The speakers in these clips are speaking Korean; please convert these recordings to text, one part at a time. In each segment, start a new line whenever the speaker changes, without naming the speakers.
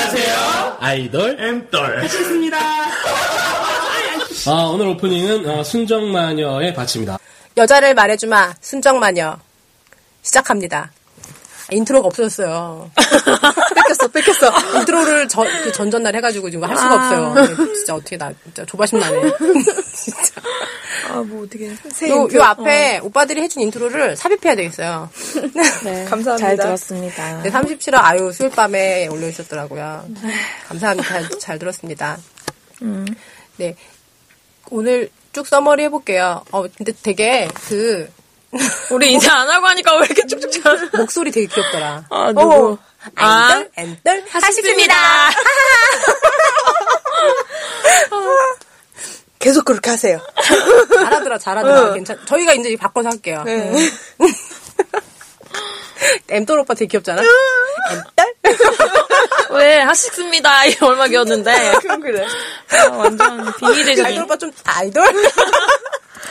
안녕하세요.
아이돌
엠떨.
있습니다.
아, 오늘 오프닝은 어, 순정마녀의 밭입니다.
여자를 말해주마 순정마녀 시작합니다. 아, 인트로가 없어졌어요. 뺏겼어, 뺏겼어. 인트로를 전, 그 전전날 해가지고 지금 할
아.
수가 없어요. 네, 진짜 어떻게 나 진짜 조바심 나네. 진짜.
아, 뭐, 어떻게. 새
요,
인트로. 어.
요 앞에 오빠들이 해준 인트로를 삽입해야 되겠어요.
네,
감사합니다.
잘 들었습니다.
네, 37화 아유 수요일 밤에 올려주셨더라고요. 감사합니다. 잘, 잘 들었습니다. 네. 오늘 쭉 서머리 해볼게요. 어, 근데 되게 그
우리 인사 안 하고 하니까 왜 이렇게 쭉쭉 잘.
목소리 되게 귀엽더라.
아, 누구? 아,
앤떨, 앤떨
하십니다.
계속 그렇게 하세요.
잘하더라, 잘하더라. 괜찮. 저희가 이제 바꿔서 할게요. 음. 엠떨 오빠 되게 귀엽잖아.
왜 하십니다. 이 얼마 귀였는데.
그럼 그래.
아, 완전
엠떨
비밀의적인.
오빠 좀 아이돌.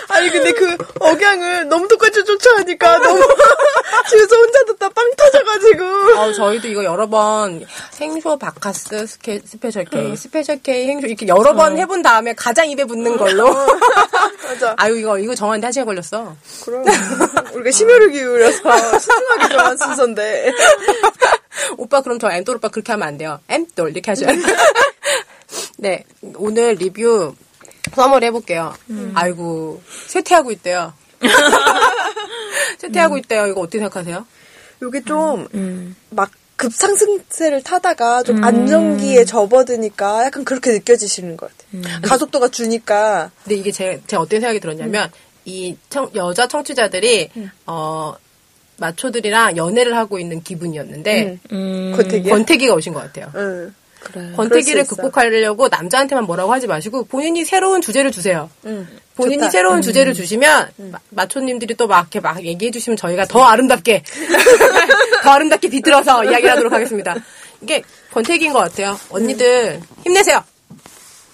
아니, 근데 그 억양을 너무 똑같이 쫓아가니까 너무. 집에서 혼자 듣다 빵 터져가지고.
어, 저희도 이거 여러 번 행쇼 바카스 스케, 스페셜 K, 스페셜 K 행쇼 이렇게 여러 번 해본 다음에 가장 입에 붙는 걸로.
맞아.
아유 이거 이거 정하는데 한 시간 걸렸어.
그럼. 우리가 심혈을 기울여서 신중하게 정한 순서인데.
오빠 그럼 저 엠돌 오빠 그렇게 하면 안 돼요. 엠돌 이렇게 하셔야 돼요. 네 오늘 리뷰 서머리 해볼게요. 아이고 쇠퇴하고 있대요. 쇠퇴하고 있대요. 이거 어떻게 생각하세요?
요게 좀,
음.
막, 급상승세를 타다가 좀 안정기에 접어드니까 약간 그렇게 느껴지시는 것 같아요.
음.
가속도가 주니까.
근데 이게 제, 제가 어떤 생각이 들었냐면,
음.
이 청- 여자 청취자들이, 어, 마초들이랑 연애를 하고 있는
음.
기분이었는데, 음.
음.
그거 되게.
권태기가 오신 것 같아요.
예.
응.
권태기를
음. 그럴 수 있어.
극복하려고 남자한테만 뭐라고 하지 마시고, 본인이 새로운 주제를 주세요.
음.
본인이
좋다. 음.
새로운 주제를 주시면, 마- 마초님들이 또 막 이렇게 막 얘기해 주시면 저희가 더 아름답게, 더 아름답게 비틀어서 이야기를 하도록 하겠습니다. 이게 권태기인 것 같아요. 언니들,
음.
힘내세요!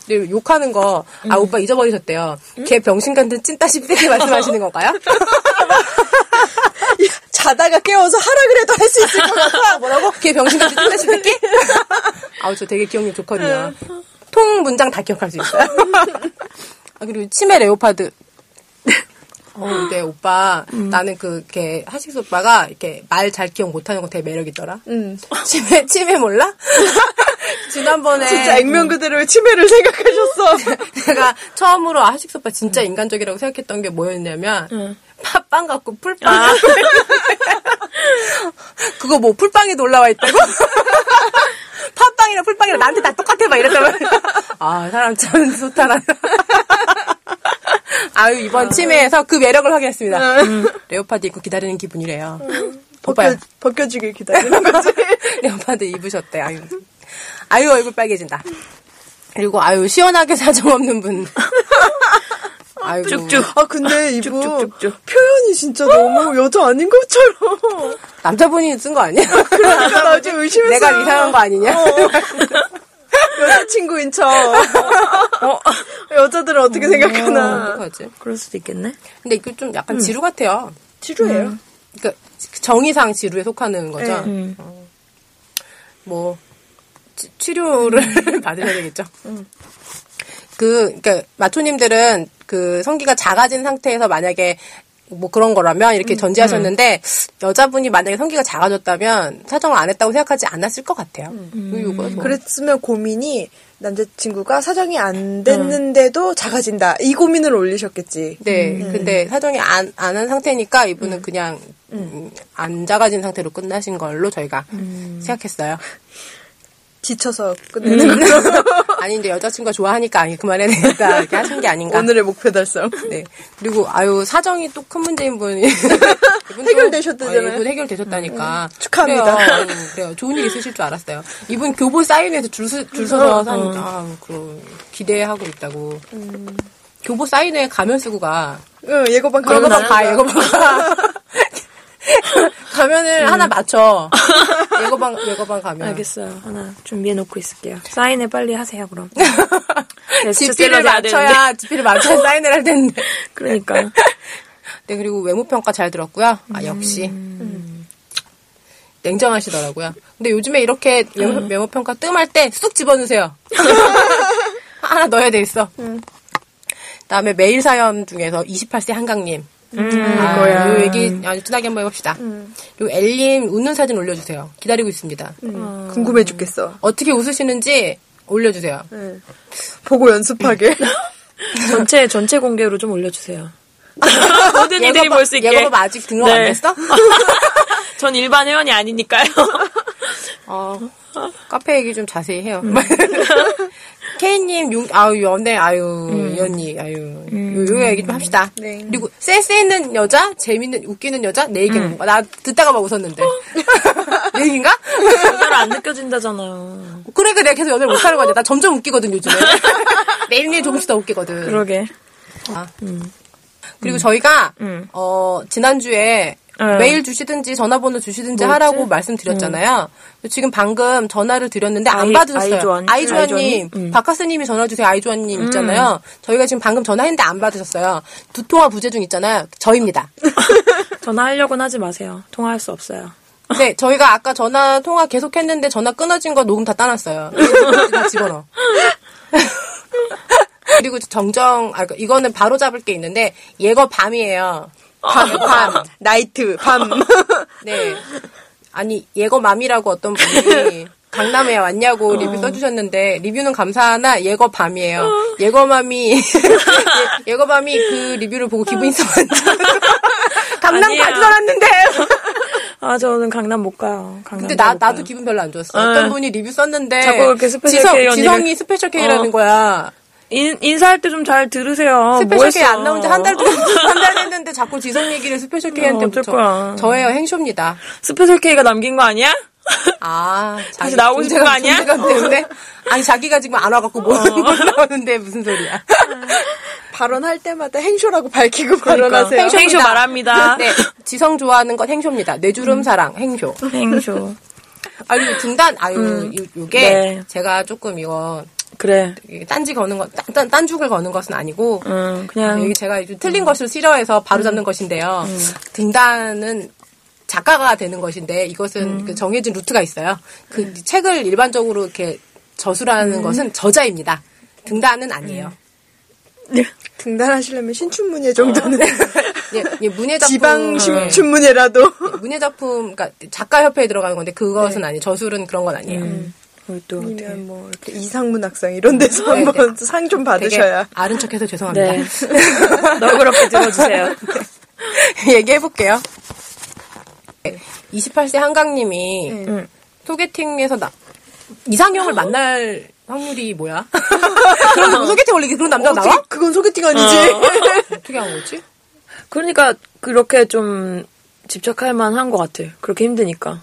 네, 욕하는 거, 아, 오빠 잊어버리셨대요.
음?
걔 병신 같은 찐따 10대기 말씀하시는 건가요?
자다가 깨워서 하라 그래도 할 수 있을 것 같아.
뭐라고? 걔 병신 같은 찐따 10대기? 아우, 저 되게 기억력 좋거든요. 통 문장 다 기억할 수 있어요. 아, 그리고 치매 레오파드. 어, 근데 오빠, 나는 그, 걔, 하식스 오빠가 이렇게 말 잘 기억 못하는 거 되게 매력있더라.
응.
치매, 치매 몰라? 지난번에.
진짜
음.
액면 그대로의 치매를 생각하셨어.
제가 처음으로 아식스 오빠 진짜 인간적이라고 생각했던 게 뭐였냐면 팥빵 갖고 풀빵 그거 뭐 풀빵에도 올라와 있다고? 팥빵이랑 풀빵이랑 나한테 다 똑같아 막 이랬다면 아 사람 참 소탈하다 아유 이번 치매에서 그 매력을 확인했습니다 레오파드 입고 기다리는 기분이래요 오빠야
그
벗겨, 벗겨지길 기다리는 거지.
레오파드 입으셨대. 아유. 아유, 얼굴 빨개진다. 그리고 아유, 시원하게 사정 없는 분. 뭐 아이고.
쭉쭉.
아 근데 이분
쭉쭉쭉쭉.
표현이 진짜 너무 여자 아닌 것처럼
남자분이 쓴 거 아니야?
그러니까 나 좀 의심했어
내가 이상한 거 아니냐?
여자친구인 척 여자들은 어떻게 생각하나
어떡하지?
그럴 수도 있겠네.
근데 이거 좀 약간 지루 같아요.
지루해요
그러니까 정의상 지루에 속하는 거죠. 어. 뭐 치- 치료를 받으셔야 되겠죠. 그 그러니까 마초님들은 그 성기가 작아진 상태에서 만약에 뭐 그런 거라면 이렇게 전제하셨는데 여자분이 만약에 성기가 작아졌다면 사정을 안 했다고 생각하지 않았을 것 같아요. 이거
음.
뭐.
그랬으면 고민이 남자친구가 사정이 안 됐는데도 작아진다. 이 고민을 올리셨겠지.
네, 근데 사정이 안, 안 한 상태니까 이분은 그냥 음, 안 작아진 상태로 끝나신 걸로 저희가 음. 생각했어요.
지쳐서 끝내는 거.
아니 근데 여자친구가 좋아하니까 아니 그만해야 되겠다 이렇게 하신 게 아닌가.
오늘의 목표 달성.
네. 그리고 아유 사정이 또 큰 문제인 분이 이분도-
해결되셨다잖아요. 음,
어, 이분 해결되셨다니까.
축하합니다.
그래요. 음, 그래요. 좋은 일 있으실 줄 알았어요. 이분 교보 사인회에서 줄, 서- 줄
어,
서서 사니까 아, 그 기대하고 있다고. 교보 사인회 가면 쓰고 가.
응, 예고방
이거
가고
봐, 봐, 이거 봐. 가면을
음.
하나 맞춰. 예고방, 예고방 가면.
알겠어요. 아, 하나 준비해놓고 있을게요. 사인을 빨리 하세요, 그럼. 제스처
지피를
셀러를 해야
맞춰야, 지피를 맞춰야 사인을 할 텐데.
그러니까. 음.
네, 그리고 외모 평가 잘 들었고요. 아, 역시. 냉정하시더라고요. 근데 요즘에 이렇게 명-
음.
메모평가 뜸할 때 쑥 집어넣으세요. 하나 넣어야 돼 있어.
음.
다음에 메일 사연 중에서 28세 한강님.
음.
아, 요 얘기 아주 진하게 한번 해봅시다. 그리고 엘님 웃는 사진 올려주세요. 기다리고 있습니다.
음.
궁금해 죽겠어.
어떻게 웃으시는지 올려주세요.
음.
보고 연습하게.
전체 전체 공개로 좀 올려주세요. 모든 이들이 볼 수 있게.
예고법 아직 등록 안
네.
했어?
전 일반 회원이 아니니까요.
어, 카페 얘기 좀 자세히 해요.
음.
케이님, 융, 아유, 연애, 아유,
음.
연이, 아유. 요, 요 얘기 좀 합시다.
네.
그리고 센스 있는 여자, 재밌는, 웃기는 여자, 내 얘기는
음.
뭔가. 나 듣다가 막 웃었는데. 내 얘기인가?
별로 안 느껴진다잖아요.
그러니까 내가 계속 연애를 못하는 거야. 나 점점 웃기거든, 요즘에. 매일매일 조금씩 더 웃기거든.
그러게.
아. 그리고 저희가
음.
어 지난주에
네.
메일 주시든지 전화번호 주시든지 하라고 말씀드렸잖아요. 지금 방금 전화를 드렸는데 안
음. 아이-
받으셨어요.
아이조아님?
아이조아님,
아이조아님? 음.
박카스님이 전화 주세요. 아이조아님 있잖아요. 저희가 지금 방금 전화했는데 안 받으셨어요. 두 통화 부재 중 있잖아요. 저입니다.
전화하려고는 하지 마세요. 통화할 수 없어요.
네, 저희가 아까 전화 통화 계속했는데 전화 끊어진 거 녹음 다 따놨어요. 다 집어넣어. 그리고 정정, 아, 이거는 바로 잡을 게 있는데 예거 밤이에요.
어.
밤, 밤.
나이트, 밤.
네. 아니, 예거맘이라고 어떤 분이 강남에 왔냐고
어.
리뷰 써주셨는데, 리뷰는 감사하나 예거밤이에요. 예거맘이, 예, 예거밤이 그 리뷰를 보고 기분이 상한다. 강남
어. 아니에요.
가지 않았는데!
아 저는 강남 못 가요. 강남
근데 나,
못 가요.
나도 기분 별로 안 좋았어. 어떤 분이 리뷰 썼는데,
자꾸 이렇게 스페셜
지성,
K 언니를-
지성이 스페셜 K라는
어.
거야.
인, 인사할 때 좀 잘 들으세요.
스페셜
뭐
K
했어?
안 나온 지 한달 동안, 한달 됐는데 자꾸 지성 얘기를 스페셜 K한테
어, 어쩔 거야.
저예요, 행쇼입니다.
스페셜 K가 남긴 거 아니야?
아,
다시 나오고 싶은 거 아니야?
존재감 때문에? 어. 아니, 자기가 지금 안 와갖고 못, 못 나오는데 무슨 소리야.
발언할 때마다 행쇼라고 밝히고 발언하세요.
행쇼 말합니다.
그러니까 네, 지성 좋아하는 건 행쇼입니다. 뇌주름 사랑, 행쇼.
행쇼.
아유, 등단, 아유, 요, 요게
네.
제가 조금 이거
그래.
이게 딴지 거는 건, 딴, 딴, 딴죽을 거는 것은 아니고,
음, 그냥
여기 제가 좀 틀린 것을 싫어해서
음.
바로 잡는 것인데요. 등단은 작가가 되는 것인데 이것은
음.
그 정해진 루트가 있어요. 그 책을 일반적으로 이렇게
음.
저술하는 것은 저자입니다. 등단은 아니에요.
등단하시려면 신춘문예 정도는
예, 예, 문예 작품
지방
예,
신춘문예라도
문예 작품 그러니까 작가 협회에 들어가는 건데 그것은
네.
아니에요. 저술은 그런 건 아니에요.
음.
그걸 또
음.
어떻게.
아니면 뭐 이렇게 이상문학상 이런 데서
네, 네.
한번 상 좀
되게
받으셔야
아른 척해서 죄송합니다.
네. 너그럽게 들어주세요.
얘기해볼게요. 28세 한강님이 소개팅에서 나, 이상형을 만날 확률이 뭐야? 그런 거 소개팅 올리기 그런 남자가 나와?
어떻게 그건 소개팅 아니지
어떻게 한 거지?
그러니까 그렇게 좀 집착할 만한 것 같아. 그렇게 힘드니까.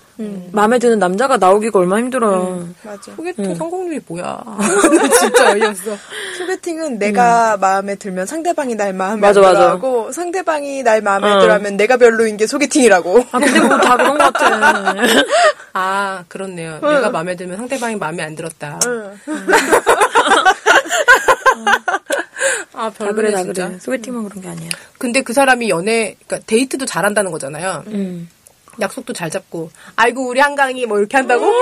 마음에 드는 남자가 나오기가 얼마나 힘들어요.
음.
맞아
소개팅 성공률이 뭐야? 진짜 어이없어.
소개팅은 내가 마음에 들면 상대방이 날 마음에
맞아,
안
맞아.
들어하고 상대방이 날 마음에 들어하면 내가 별로인 게 소개팅이라고
아 근데 뭐 다 그런 것 같아.
아, 그렇네요. 내가 마음에 들면 상대방이 마음에 안 들었다. 아,
다
별로네,
그래 다
진짜.
그래. 소개팅만 그런 게 아니야.
근데 그 사람이 연애, 그러니까 데이트도 잘한다는 거잖아요.
음.
약속도 잘 잡고, 아이고 우리 한강이 뭐 이렇게 한다고? 난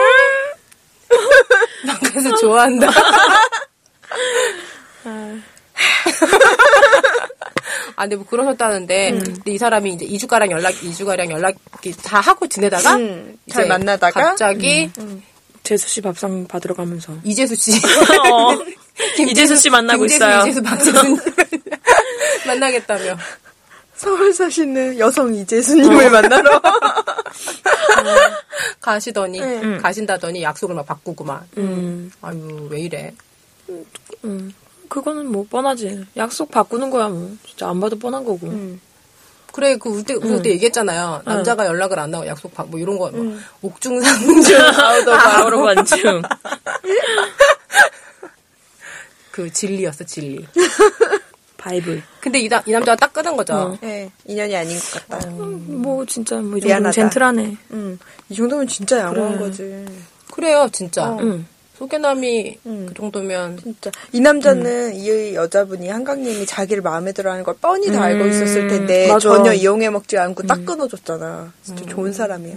음.
그래서 좋아한다. 아, 근데 뭐 그러셨다는데,
음.
근데 이 사람이 이제 2주가량 연락, 2주가량 연락이 다 하고 지내다가,
음, 잘
이제
만나다가?
갑자기,
음. 재수 씨 밥상 받으러 가면서.
이재수 씨.
어. 이재수 씨 만나고
김재수,
있어요.
이재수, 박재수 만나겠다며.
서울 사시는 여성 이재수님을 만나러
가시더니
네.
가신다더니 약속을 막 바꾸고 막
음.
아유 왜 이래
그거는 뭐 뻔하지. 약속 바꾸는 거야 뭐. 진짜 안 봐도 뻔한 거고.
그래 그 우리 때, 우리
음.
때 얘기했잖아요 남자가 연락을 안 하고 약속 바, 뭐 이런 거뭐 옥중상중
아우더 바로 관중.
그 진리였어 진리
바이블.
근데 이, 나, 이 남자가 딱 끊은 거죠
음.
예, 인연이 아닌 것 같다
뭐 진짜 뭐 이 정도면
미안하다.
젠틀하네.
음, 이 정도면 진짜 양호한 거지
그래요 진짜
응.
소개남이
음.
그 정도면
진짜 이 남자는 이 여자분이 한강님이 자기를 마음에 들어하는 걸 뻔히 다 알고 있었을 텐데
맞아.
전혀 이용해 먹지 않고 딱 끊어줬잖아. 진짜 좋은 사람이야.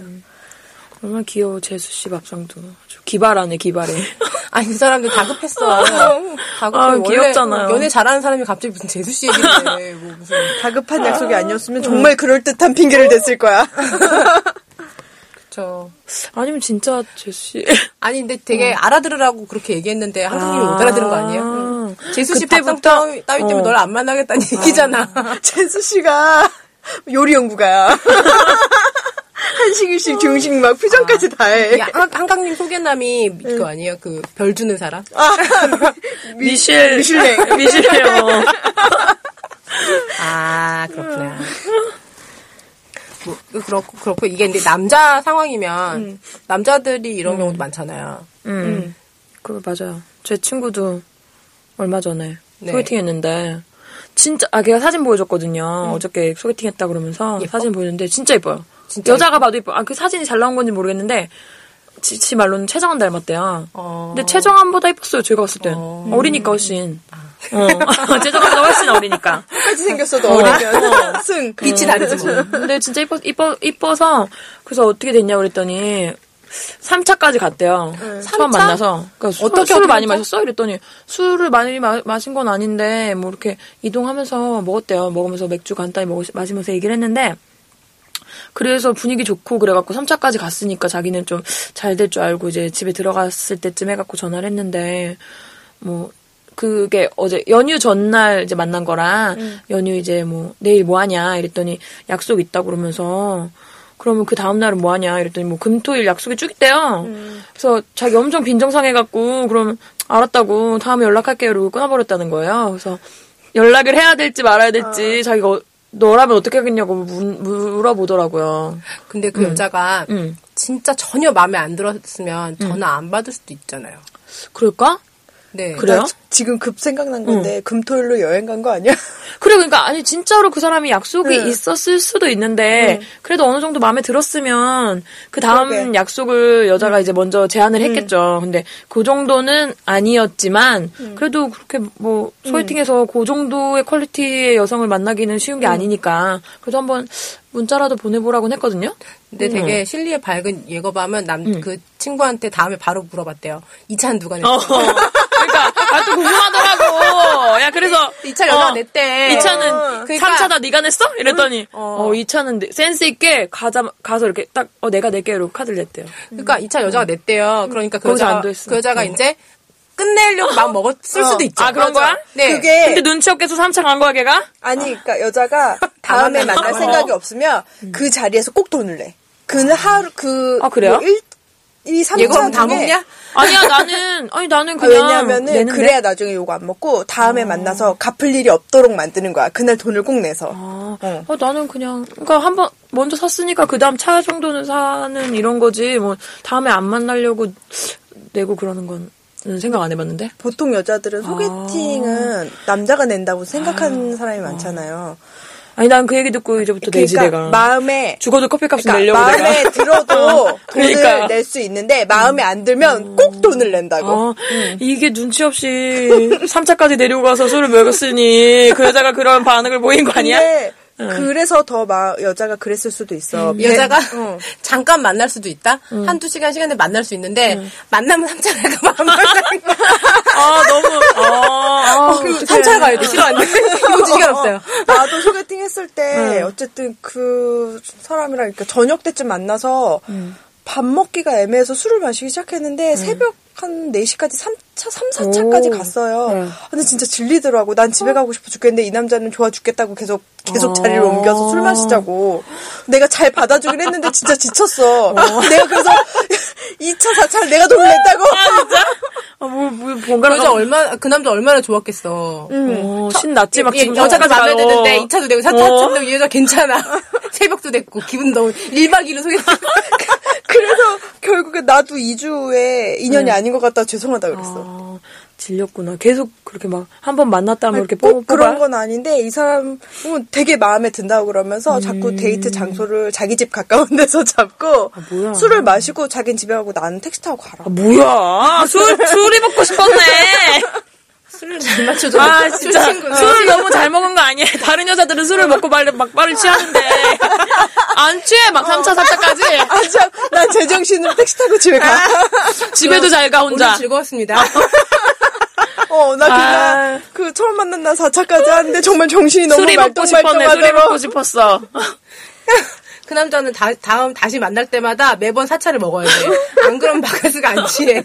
정말 귀여워 재수 씨 밥상도 아주 기발하네 기발해.
아니 그 사람들 다급했어. 다급해.
아,
원래 어,
귀엽잖아요.
연애 잘하는 사람이 갑자기 무슨 재수 씨 얘기인데 뭐 무슨
다급한 약속이 아니었으면 정말 그럴듯한 핑계를 댔을 거야.
저
아니면 진짜 재수 씨.
아니 근데 되게 알아들으라고 그렇게 얘기했는데 한국인이 못 알아들은 거 음. 아니에요?
음.
재수 씨
그때부터-
밥상 따위, 따위 때문에
어.
널 안 만나겠다는 얘기잖아.
재수
아.
씨가 요리 연구가야. 한식, 일식, 중식 막 표정까지 다 해.
야, 한- 한강님 소개남이 그거 아니에요? 그 별 주는 사람?
미셸 미슐랭 미슐랭. 어.
아 그렇구나. 뭐, 그렇고 그렇고 이게 근데 남자 상황이면 남자들이 이런 경우도 많잖아요.
음. 그거 맞아요. 제 친구도 얼마 전에
네.
소개팅 했는데, 진짜, 아, 걔가 사진
음.
보여줬거든요. 어저께 소개팅 했다 그러면서 사진 보여줬는데, 진짜 예뻐요.
진짜
여자가 봐도 예뻐. 아, 그 사진이 잘 나온 건지 모르겠는데, 지, 지 말로는 최정한 닮았대요.
어.
근데 최정한보다 예뻤어요, 제가 봤을 땐.
어. 아.
어. 리니까 훨씬. 어. 최정한보다 훨씬 어리니까.
똑같이 생겼어도 어리면 승.
빛이 다르지 뭐.
근데 진짜 이뻐, 이뻐, 이뻐서, 그래서 어떻게 됐냐 그랬더니, 3차까지 갔대요. 처음
네. 삼차?
만나서. 그러니까 술,
어떻게,
술을
어떻게
많이
했죠?
마셨어? 이랬더니, 술을 많이 마, 마신 건 아닌데, 뭐 이렇게 이동하면서 먹었대요. 먹으면서 맥주 간단히 먹, 마시면서 얘기를 했는데, 그래서 분위기 좋고 그래갖고 3차까지 갔으니까 자기는 좀 잘 될 줄 알고 이제 집에 들어갔을 때쯤 해갖고 전화를 했는데 뭐 그게 어제 연휴 전날 이제 만난 거라 연휴 이제 뭐 내일 뭐 하냐 이랬더니 약속 있다 그러면서 그러면 그 다음 날은 뭐 하냐 이랬더니 뭐 금토일 약속이 쭉 있대요. 그래서 자기 엄청 빈정상해갖고 그럼 알았다고 다음에 연락할게요 이러고 끊어버렸다는 거예요. 그래서 연락을 해야 될지 말아야 될지 자기가 어- 너라면 어떻게 하겠냐고 문- 물어보더라고요.
근데 그 여자가
음.
진짜 전혀 마음에 안 들었으면 전화 안 받을 수도 있잖아요.
그럴까?
네.
그래요?
나 지- 지금 급 생각난 건데 금토일로 여행 간 거 아니야?
그래 그러니까 아니 진짜로 그 사람이 약속이 있었을 수도 있는데 그래도 어느 정도 마음에 들었으면 네. 그 다음
그러게.
약속을 여자가 이제 먼저 제안을 했겠죠. 근데 그 정도는 아니었지만 그래도 그렇게 뭐 소개팅에서 그 정도의 퀄리티의 여성을 만나기는 쉬운 게 아니니까 그래서 한번 문자라도 보내보라고 했거든요.
근데 되게
음.
실리의 밝은 예거밤은 남 그 친구한테 다음에 바로 물어봤대요. 이 차는 누가 냈어?
그러니까 아또 궁금하더라고. 야 그래서
이 차를 연락
어,
냈대.
이
어.
차는
그러니까-
삼차다 네가 냈어? 이랬더니 어, 이 차는 내- 센스 있게 가자 가서 이렇게 딱 어, 내가 낼게 이러고 카드를 냈대요.
그러니까 이 차 여자가 냈대요. 그러니까
음.
그
거기서
여자가
안 됐어.
그 여자가 이제 끝내려고 마음 먹었을 수도 있죠.
아, 그런 거야?
네.
그게
근데 눈치 없게서 삼차간 거야 걔가?
아니, 그러니까 여자가 다음에
만나.
만날
어.
생각이 없으면 그 자리에서 꼭 돈을 내. 그는 하루 그
아, 그래요?
뭐 일, 이 3차
예거밤 다 먹냐?
음. 아니야 나는 아니 나는
아,
그냥
왜냐면은
내는데. 어.
그래야 나중에 요거 안 먹고 다음에 만나서 갚을 일이 없도록 만드는 거야. 그날 돈을 꼭 내서.
아,
어.
어, 나는 그냥 그러니까 한번 먼저 샀으니까 그 다음 차 정도는 사는 이런 거지 뭐 다음에 안 만나려고 내고 그러는 건 생각 안 해봤는데.
보통 여자들은 소개팅은
아.
남자가 낸다고 생각하는 사람이 많잖아요.
아니 난 그 얘기 듣고 이제부터 아. 내지 내가
그러니까 마음에
죽어도 커피값은
그러니까
내려고
마음에
내가
들어도 돈을
그러니까.
낼 수 있는데 마음에 안 들면 꼭 돈을 낸다고.
어, 이게 눈치 없이 3차까지 데리고 가서 술을 먹였으니 그 여자가 그런 반응을 보인 거 아니야?
근데 그래서 더 마- 여자가 그랬을 수도 있어.
음.
이 여자가
네.
잠깐 만날 수도 있다. 한두 시간 시간에 만날 수 있는데
음.
만나면 삼차가가 마음을
아 너무 아,
어,
아,
그 삼차를 가야 돼. 싫어 안 돼. 이거 시간 없어요. 네.
네. 나도 소개팅 했을 때 어쨌든 그 사람이랑 그러니까 저녁 때쯤 만나서
음.
밥 먹기가 애매해서 술을 마시기 시작했는데
네.
새벽 한 4시까지 3차, 3, 4차까지 갔어요.
네.
근데 진짜 질리더라고. 난 집에 가고 싶어 죽겠는데 이 남자는 좋아 죽겠다고 계속
어.
계속 자리를 옮겨서 술 마시자고. 내가 잘 받아주긴 했는데 진짜 지쳤어. 내가 그래서 2차, 4차를 내가 돈을 냈다고.
아, 뭐, 뭐
그
번갈아
여자 얼마 그 남자 얼마나 좋았겠어.
어, 신 났지 막
예,
지금
여자가
삼차까지
만나야
가요.
되는데 이차도 되고 사차
어.
도 되고 이 여자 괜찮아. 새벽도 됐고 기분 너무 1박 2일 소개팅.
그래서 결국에 나도 2주에 인연이 아닌 것 같다 죄송하다 그랬어.
네. 아, 질렸구나. 계속 그렇게 막 한 번 만났다면 이렇게 뽑아.
꼭 그런 건 아닌데 이 사람은 되게 마음에 든다고 그러면서 자꾸 데이트 장소를 자기 집 가까운 데서 잡고
아, 뭐야.
술을 마시고 자긴 집에 가고 나는 택시 타고 가라.
아, 뭐야? 술 술이 먹고 싶었네.
술을 잘 맞춰줘.
아 진짜 술을 너무 잘 먹은 거 아니에요? 다른 여자들은 술을 먹고 말- 막 말을 취하는데 안 취해 막 3차 4차까지
아, 참. 나 제정신으로 택시 타고 집에 가.
아. 집에도 잘 가 혼자
오늘 즐거웠습니다.
어, 나 그날, 그, 처음 만난 날 4차까지 하는데, 정말 정신이 너무
아. 술이 먹고 싶었네 술이 먹고
말똥말똥하더라고.
싶었어
그 남자는 다, 다음 다시 만날 때마다 매번 사차를 먹어야 돼. 안 그러면 바카스가 안 취해.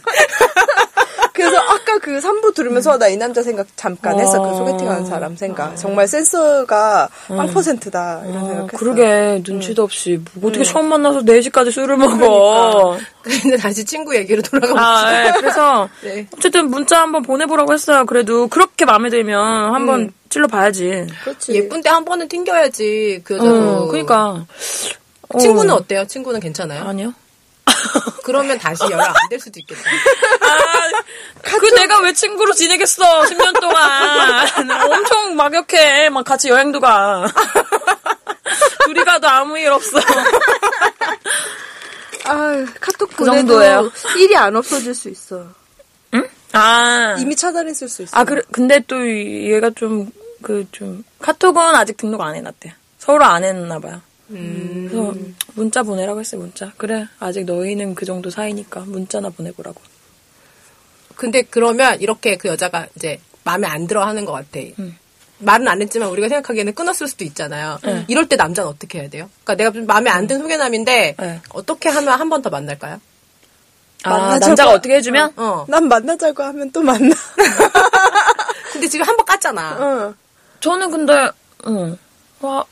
그래서 아까 그 3부 들으면서 나 이 남자 생각 잠깐 했어. 그 소개팅하는 사람 생각. 정말 센스가 0%다. 이런 생각 했어.
그러게 눈치도 없이 뭐 어떻게 처음 만나서 4시까지 술을 먹어
근데 다시 친구 얘기로 돌아가고
아, 예. 그래서
그러니까. 네.
어쨌든 문자 한번 보내보라고 했어요. 그래도 그렇게 마음에 들면 한번 찔러봐야지.
그렇지.
예쁜데 한 번은 튕겨야지 그
어,
여자도.
그러니까 어.
친구는 어때요? 친구는 괜찮아요?
아니요.
그러면 다시 연락 안 될 수도 있겠다.
그 내가 왜 친구로 지내겠어? 10년 동안 엄청 막역해. 막 같이 여행도 가. 둘이 가도 아무 일 없어.
아 카톡
그
보내도
정도예요.
일이 안 없어질 수 있어.
아,
이미 차단했을 수 있어.
아 그래 근데 또 얘가 좀 그 좀 카톡은 아직 등록 안 해놨대. 서로 안 했나 봐요. 그래서 문자 보내라고 했어요. 문자. 그래 아직 너희는 그 정도 사이니까 문자나 보내보라고.
근데 그러면 이렇게 그 여자가 이제 마음에 안 들어 하는 것 같아. 말은 안 했지만 우리가 생각하기에는 끊었을 수도 있잖아요. 이럴 때 남자는 어떻게 해야 돼요? 그러니까 내가 좀 네. 마음에 안 든 소개남인데
네.
어떻게 하면 한 번 더 만날까요?
아,
만나자고.
남자가 어떻게 해주면?
어.
난 만나자고 하면 또 만나.
근데 지금 한 번 깠잖아.
어,
저는 근데, 응. 와,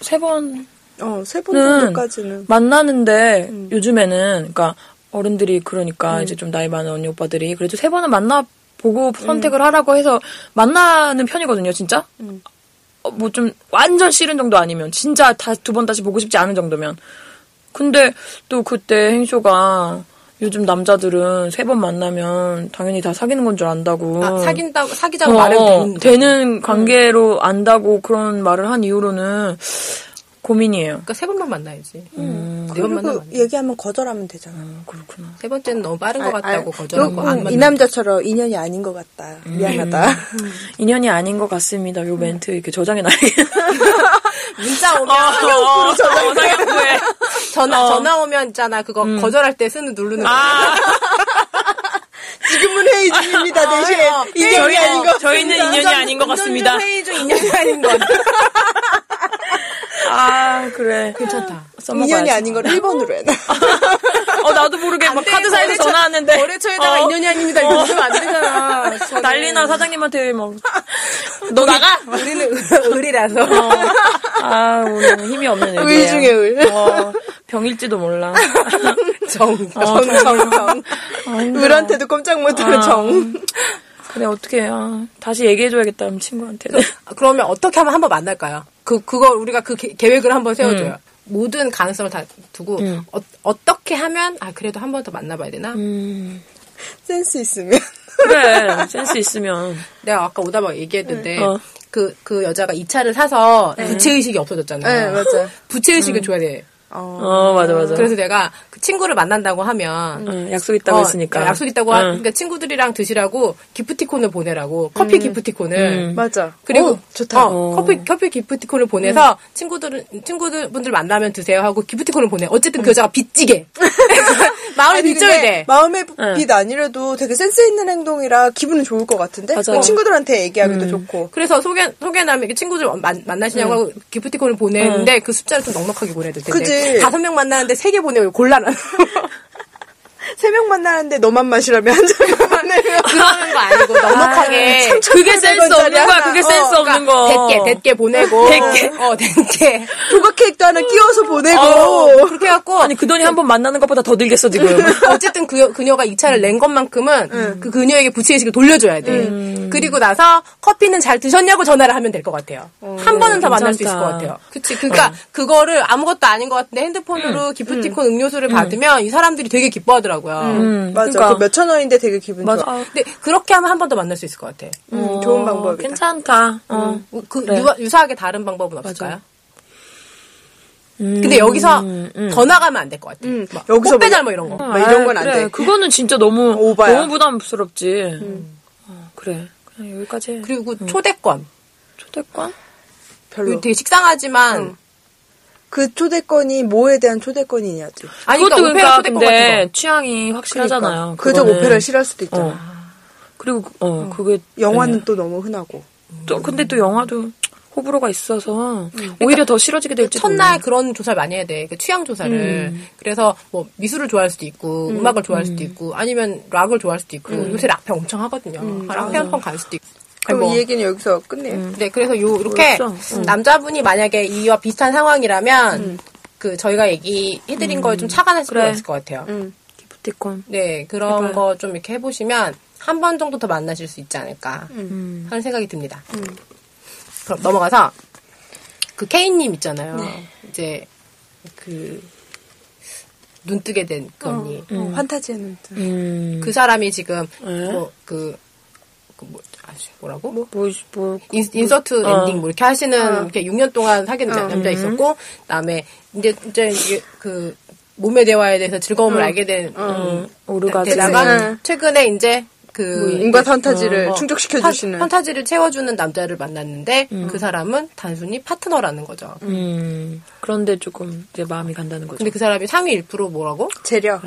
세 번은
어, 세 번
음. 네
정도까지는.
만나는데,
음.
요즘에는, 그니까, 어른들이 그러니까, 이제 좀 나이 많은 언니 오빠들이, 그래도 세 번은
음.
만나보고 선택을 하라고 해서, 만나는 편이거든요, 진짜?
음.
어, 뭐 좀, 완전 싫은 정도 아니면, 진짜 다, 두 번 다시 보고 싶지 않은 정도면. 근데, 또 그때 행쇼가, 요즘 남자들은 세 번 만나면 당연히 다 사귀는 건 줄 안다고. 어,
아, 사귄다고 사귀자고 말해도 되는 음. 거야.
되는 관계로 안다고 그런 말을 한 이후로는 고민이에요.
그러니까 세 번만 만나야지. 네 번만
그리고
만나.
얘기하면 거절하면 되잖아.
음. 그렇구나.
세 번째는 너무 빠른 것 같다고 거절하고 안
음,
만나.
이 남자처럼 인연이 아닌 것 같다. 미안하다.
인연이 아닌 것 같습니다. 요 멘트 이렇게 저장해 놔야겠다.
문자 오면 어,
저장해.
전화 전화 오면 있잖아 그거 거절할 때 쓰는 누르는 거.
지금은 회의 중입니다. 대신에
아,
인연이 아닌 것
저희는 인연이 아닌 것 같습니다.
회의 중 인연이 아닌 것.
아 그래.
괜찮다.
써먹어야지.
인연이 아닌 걸 1번으로 해놔.
어 나도 모르게 막 카드사에서 전화 왔는데
거래처에다가
어.
인연이 아닙니다. 이거 쓰면 안 되잖아. 저는
난리나 사장님한테 막 너 나가. 어.
우리는 의- 의리라서.
아 오늘 힘이 없는 얘기예요.
의 중에 의.
어, 병일지도 몰라.
정.
어,
정. 정. 정.
아, 힘들어.
을한테도 꼼짝 못하는 정.
그래 어떻게 아, 다시 얘기해줘야겠다 그럼 친구한테.
그러면 어떻게 하면 한번 만날까요? 그 그걸 우리가 그 개- 계획을 한번 세워줘요.
음.
모든 가능성을 다 두고 어, 떻게 하면 아 그래도 한 번 더 만나봐야 되나?
음.
센스 있으면.
그래 센스 있으면
내가 아까 오다가 얘기했는데
네. 어.
그, 그 여자가 이 차를 사서 부채의식이 없어졌잖아요.
네, 맞아요.
음.
부채의식을 줘야 돼.
어 맞아 맞아.
그래서 내가 그 친구를 만난다고
음.
하면
응, 약속 있다고
어,
했으니까
약속 있다고
응.
하, 그러니까 친구들이랑 드시라고 기프티콘을 보내라고 커피 기프티콘을
맞아.
그리고
오, 음. 좋다.
어, 커피 커피 기프티콘을 보내서 친구들은 친구들 분들 만나면 드세요 하고 기프티콘을 보내. 어쨌든 그 여자가 빚지게 마음이
아니,
빚져야
근데
돼.
마음의 빛 아니라도 되게 센스 있는 행동이라 기분은 좋을 것 같은데?
맞아요. 음.
친구들한테 얘기하기도 좋고.
그래서 소개 소개남에게 친구들 만, 만나시냐고 하고 기프티콘을 보내는데 그 숫자를 좀 넉넉하게 보내야 될 텐데
그지.
다섯 명 만나는데 세 개 보내면 곤란한
세 명 만나는데 너만 마시라며 한 잔만 보내면.
그러는 거 아니고 네. 넉넉하게
그게 센스 없는
원짜리
거야
하나.
어,
그게 센스 없는 거
대개 대개 그러니까 보내고
100 개.
어 대개
조각 케이크도 하나 끼워서 보내고.
아,
어, 그렇게 해갖고
아니 그 돈이 한 번 만나는 것보다 더 들겠어 지금
어쨌든 그, 그녀가 이 차를 낸 것만큼은 그 그녀에게 부채의식을 돌려줘야 돼. 그리고 나서 커피는 잘 드셨냐고 전화를 하면 될 것 같아요. 한 번은 더 만날 수 있을
괜찮다.
것 같아요. 어, 그치. 그러니까 그니까 그거를 아무것도 아닌 것 같은데 핸드폰으로 기프티콘 음료수를 받으면 이 사람들이 되게 기뻐하더라고요.
음,
맞아.
그러니까.
그 몇 천 원인데 되게 기분
맞아
좋아.
아,
근데 그렇게 하면 한 번 더 만날 수 있을 것 같아.
음, 좋은 방법이다. 음.
괜찮다 어.
그
그래.
유, 사하게 다른 방법은 없을까요? 근데 여기서 더 나가면 안 될 것 같아. 막
여기서
꽃 배달
뭐-
뭐 이런
음.
거.
막 이런 건
어,
안
그래.
돼.
그거는 진짜 너무
오바야. 음.
너무 부담스럽지 어, 그래 그냥 여기까지 해.
그리고 초대권.
초대권
별로.
되게 식상하지만
그 초대권이 뭐에 대한 초대권이냐지. 그러니까.
아니, 그것도
그러니까 오페라
그러니까
초대권 같은
근데
거.
취향이 확실하잖아요.
그저
그거는.
오페라를 싫어할 수도 있잖아. 음.
어. 그리고 그- 어, 그게
영화는
네.
또 너무 흔하고.
또 근데 또 영화도 호불호가
음.
있어서 오히려
그러니까
더 싫어지게 될지
첫날 그런 조사를 많이 해야 돼. 그 취향 조사를. 그래서 뭐 미술을 좋아할 수도 있고, 음. 악을 좋아할 수도 있고, 아니면 락을 좋아할 수도 있고, 요새 락페 엄청 하거든요. 락페 한 번 갈 수도 있고. 뭐
그럼
아이고.
이 얘기는 여기서 끝내요.
음.
네, 그래서 요 이렇게
그렇죠.
남자분이 만약에 이와 비슷한 상황이라면 그 저희가 얘기해드린 거에 좀 차관하실
음.
필요가
그래. 음.
있을 것 같아요.
음.
기프티콘
네, 그런
해봐요.
거 좀 이렇게 해보시면 한 번 정도 더 만나실 수 있지 않을까
음.
하는 생각이 듭니다. 그럼 넘어가서 그 케인님 있잖아요.
네.
이제 그 눈뜨게 된 그 언니.
어, 환타지의 눈들.
음.
그 사람이 지금 뭐, 그, 그 뭐, 아, 씨, 뭐라고?
네. 뭐, 뭐,
인- 인서트
어.
엔딩 뭐 이렇게 하시는 이렇게 6년 동안 사귄 자-
음.
남자 있었고 그다음에 이제 이제 이게 그 몸의 대화에 대해서 즐거움을
어.
알게 된 음,
오르가즘.
되다가
음.
최근에 이제 그
온갖 환타지를
어,
뭐 충족시켜주시는. 음.
판타지를 채워주는 남자를 만났는데 그 사람은 단순히 파트너라는 거죠.
음. 그런데 조금 이제 마음이 간다는 거죠.
근데 그 사람이 상위 1% 뭐라고?
재력.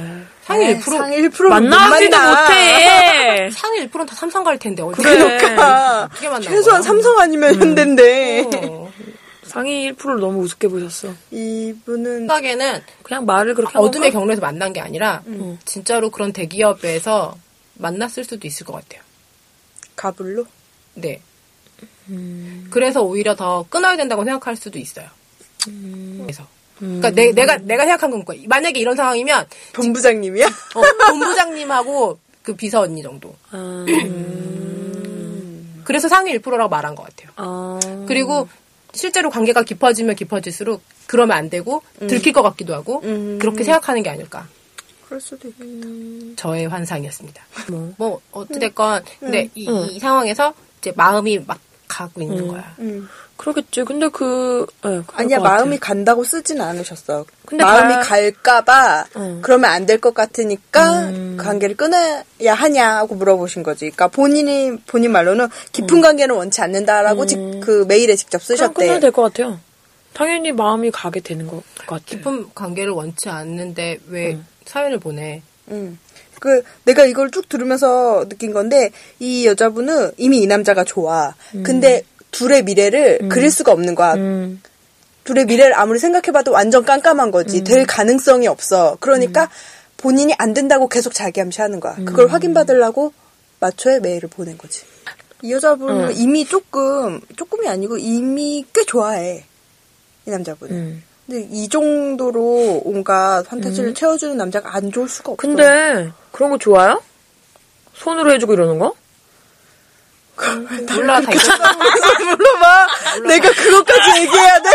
상위
에이,
1%?
상위 1%를
만나지도
네.
못해.
상위 1%는 다 삼성 갈 텐데 어디
그러니까
어떻게 만나?
최소한 삼성 아니면 현대인데
어.
상위 1%를 너무 우습게 보셨어.
이분은
생각에는
그냥 말을 그렇게
아,
한
어둠의
건가?
경로에서 만난 게 아니라
음.
진짜로 그런 대기업에서 만났을 수도 있을 것 같아요.
가불로
네. 그래서 오히려 더 끊어야 된다고 생각할 수도 있어요. 그래서. 그러니까 내, 내가 내가 생각한 건 거야. 만약에 이런 상황이면
본부장님이야.
어, 본부장님하고 그 비서 언니 정도.
아, 음.
그래서 상위 1%라고 말한 것 같아요.
아,
그리고 실제로 관계가 깊어지면 깊어질수록 그러면 안 되고 들킬 것 같기도 하고 그렇게 생각하는 게 아닐까.
그럴 수도 있겠다.
저의 환상이었습니다.
뭐.
뭐 어찌됐건 근데 이, 이 상황에서 이제 마음이 막 가고 있는 거야.
그러겠지. 근데 그, 예, 그럴
아니야
것 같아.
마음이 간다고 쓰진 않으셨어.
근데
마음이
가-
갈까봐
응.
그러면 안 될 것 같으니까 관계를 끊어야 하냐고 물어보신 거지. 그러니까 본인이 본인 말로는 깊은 관계는 원치 않는다라고 직- 그 메일에 직접
그냥
쓰셨대.
끝나야 될 것 같아요. 당연히 마음이 가게 되는 것 같아요. 음.
깊은 관계를 원치 않는데 왜
네.
사연을 보내?
음. 그 내가 이걸 쭉 들으면서 느낀 건데 이 여자분은 이미 이 남자가 좋아. 근데 둘의 미래를 그릴 수가 없는 거야.
음,
둘의 미래를 아무리 생각해봐도 완전 깜깜한 거지. 될 가능성이 없어. 그러니까
음.
본인이 안 된다고 계속 자기 암시하는 거야. 그걸 확인받으려고 마초에 메일을 보낸 거지. 이 여자분은
어.
이미 조금 조금이 아니고 이미 꽤 좋아해 이 남자분은.
음.
근데 이 정도로 온갖 판타지를 채워주는 남자가 안 좋을 수가 없어.
근데 그런 거 좋아요? 손으로 해주고 이러는 거?
몰라 다 있어.
물어봐. 내가 그것까지 얘기해야 돼.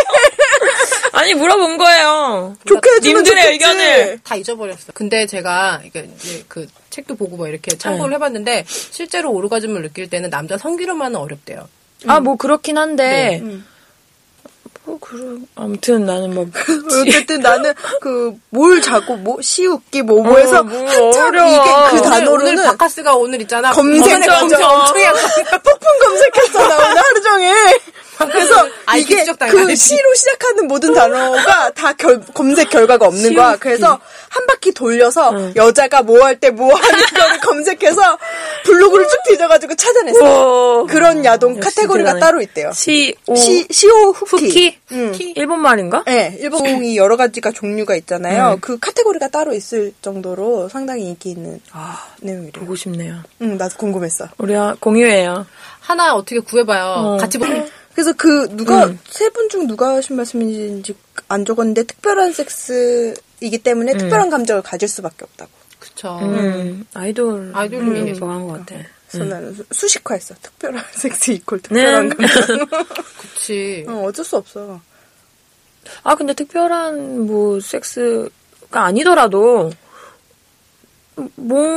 아니 물어본 거예요.
좋게 해주면
님들의
좋겠지.
의견을.
다 잊어버렸어. 근데 제가 이게 이제 그 책도 보고 뭐 이렇게 참고를
네.
해봤는데 실제로 오르가즘을 느낄 때는 남자 성기로만은 어렵대요.
음.
아 뭐 그렇긴 한데. 뭐 그래. 아무튼 나는 뭐 막
어쨌든 나는 그 뭘 자고 뭐 시웃기 뭐 뭐해서
어, 뭐
한참
어려워.
이게 그
오늘-
단어로는
오늘 바카스가 오늘 있잖아.
검색
검색
검정
엄청 해.
폭풍 검색했잖아 오늘 하루 종일. 그래서
아이,
이게
기적 당하네.
그 시로 시작하는 모든 단어가 다 결- 검색 결과가 없는 거야. 그래서 한 바퀴 돌려서 여자가 뭐 할 때 뭐 하는 거를 검색해서 블로그를 쭉 뒤져가지고 찾아냈어.
어,
그런 야동 카테고리가
대단해.
따로 있대요.
시, 오,
시, 시오 후키.
후키?
음.
일본 말인가?
네, 일본이 여러 가지가 종류가
네.
있잖아요. 그 카테고리가 따로 있을 정도로 상당히 인기 있는
아,
내용이래요.
보고 싶네요.
응, 나도 궁금했어.
우리 아, 공유해요.
하나 어떻게 구해봐요.
어.
같이 보.
그래서 그 누가
음.
세 분 중 누가 하신 말씀인지 안 적었는데 특별한 섹스이기 때문에 특별한 감정을 가질 수밖에 없다고.
그쵸.
음, 아이돌.
아이돌로 인해서
한것 같아.
그래서 나는 수- 수식화했어. 특별한 섹스 이퀄 특별한
음. 네.
감정.
그치.
어, 어쩔 수 없어.
아, 근데 특별한 뭐, 섹스가 아니더라도,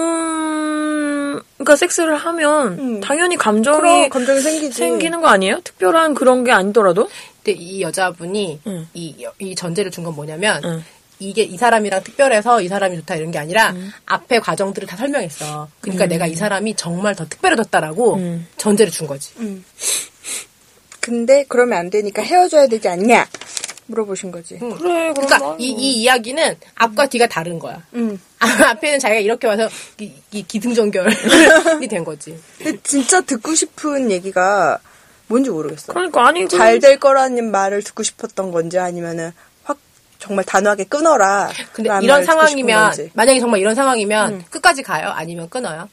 몸, 그러니까 섹스를 하면,
음.
당연히 감정이
그럼 감정이 생기지.
생기는 거 아니에요? 특별한 그런 게 아니더라도?
근데 이 여자분이
응.
이, 이 전제를 준 건 뭐냐면
응.
이게 이 사람이랑 특별해서 이 사람이 좋다 이런 게 아니라 앞에 과정들을 다 설명했어. 그러니까 내가 이 사람이 정말 더 특별해졌다라고
음.
전제를 준 거지.
근데 그러면 안 되니까 헤어져야 되지 않냐. 물어보신 거지.
그래, 그럼
그러니까 이, 이 이야기는 앞과 뒤가 다른 거야. 아, 앞에는 자기가 이렇게 와서 이, 이 기승전결이 된 거지.
근데 진짜 듣고 싶은 얘기가 뭔지 모르겠어.
그러니까 아니 그-
잘 될 거라는 말을 듣고 싶었던 건지 아니면은 확 정말 단호하게 끊어라.
근데
라는
이런
말을 듣고 싶은
상황이면
건지.
만약에 정말 이런 상황이면 끝까지 가요? 아니면 끊어요?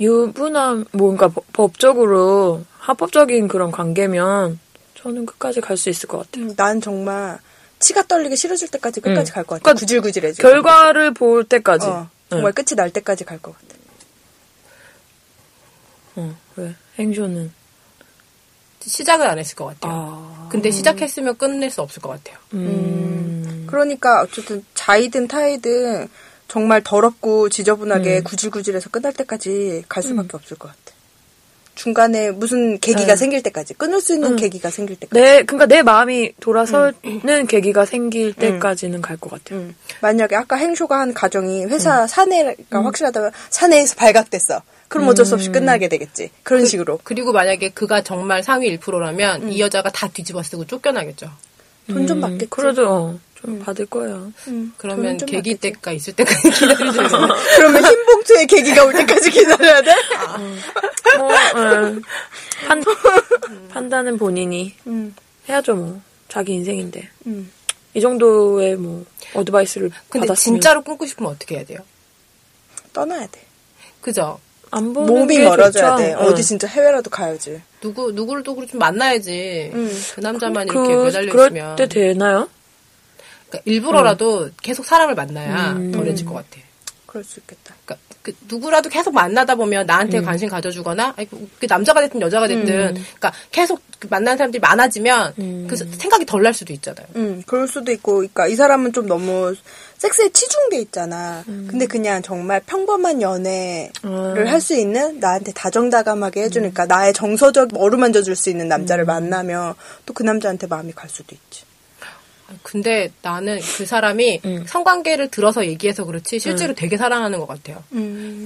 유부남 뭔가 법- 법적으로 합법적인 그런 관계면 저는 끝까지 갈 수 있을 것 같아요.
음, 난 정말 치가 떨리기 싫어질 때까지 끝까지
음.
갈 것 같아.
그러니까
구질구질해지.
결과를 볼 때까지. 네.
어, 정말 끝이 날 때까지 갈 것 같아.
어, 왜 행쇼는
시작을 안 했을 것 같아요.
아,
근데 시작했으면 끝낼 수 없을 것 같아요.
그러니까 어쨌든 자이든 타이든 정말 더럽고 지저분하게 구질구질해서 끝날 때까지 갈 수밖에 없을 것 같아. 중간에 무슨 계기가 생길 때까지 끊을 수 있는 계기가 생길 때까지.
내 그러니까 내 마음이 돌아서는 계기가 생길 때까지는 갈 것 같아요.
음. 만약에 아까 행쇼가 한 가정이 회사 사내가 그러니까 확실하다면 사내에서 발각됐어. 그럼 어쩔 수 없이 끝나게 되겠지. 음. 그런 식으로
그리고 만약에 그가 정말 상위 1%라면 이 여자가 다 뒤집어 쓰고 쫓겨나겠죠.
돈 좀 받겠지.
그래도 어,
음.
좀 받을 거예요.
그러면
돈은 좀
계기
받겠지.
때가 있을 때까지 기다려줘야 돼.
그러면 흰 봉투의 계기가 올 때까지 기다려야 돼. 음.
뭐, 예. 판, 판단은 본인이
음.
해야죠 뭐 자기 인생인데 이 정도의 뭐 어드바이스를
근데
받았으면
진짜로 끊고 싶으면 어떻게 해야 돼요?
떠나야 돼.
그죠?
안 보는
몸이
게
멀어져야
좋죠. 예.
돼.
응.
어디 진짜 해외라도 가야지.
누구 누구를 또 그걸 좀 만나야지. 그 남자만
그,
이렇게 매달려
그럴
있으면
때 되나요?
그러니까 일부러라도 계속 사람을 만나야 덜해질 것 같아.
그럴 수 있겠다.
그러니까 그 누구라도 계속 만나다 보면 나한테 관심 가져주거나 아니, 그- 그 남자가 됐든 여자가 됐든 그러니까 계속 그 만나는 사람들이 많아지면 그 생각이 덜 날 수도 있잖아요.
음, 그럴 수도 있고, 그러니까 이 사람은 좀 너무 섹스에 치중돼 있잖아.
음.
근데 그냥 정말 평범한 연애를
아.
할 수 있는 나한테 다정다감하게 해주니까 나의 정서적 어루만져 줄 수 있는
음.
남자를 만나면 또 그 남자한테 마음이 갈 수도 있지.
근데 나는 그 사람이 성관계를 들어서 얘기해서 그렇지 실제로 되게 사랑하는 것 같아요.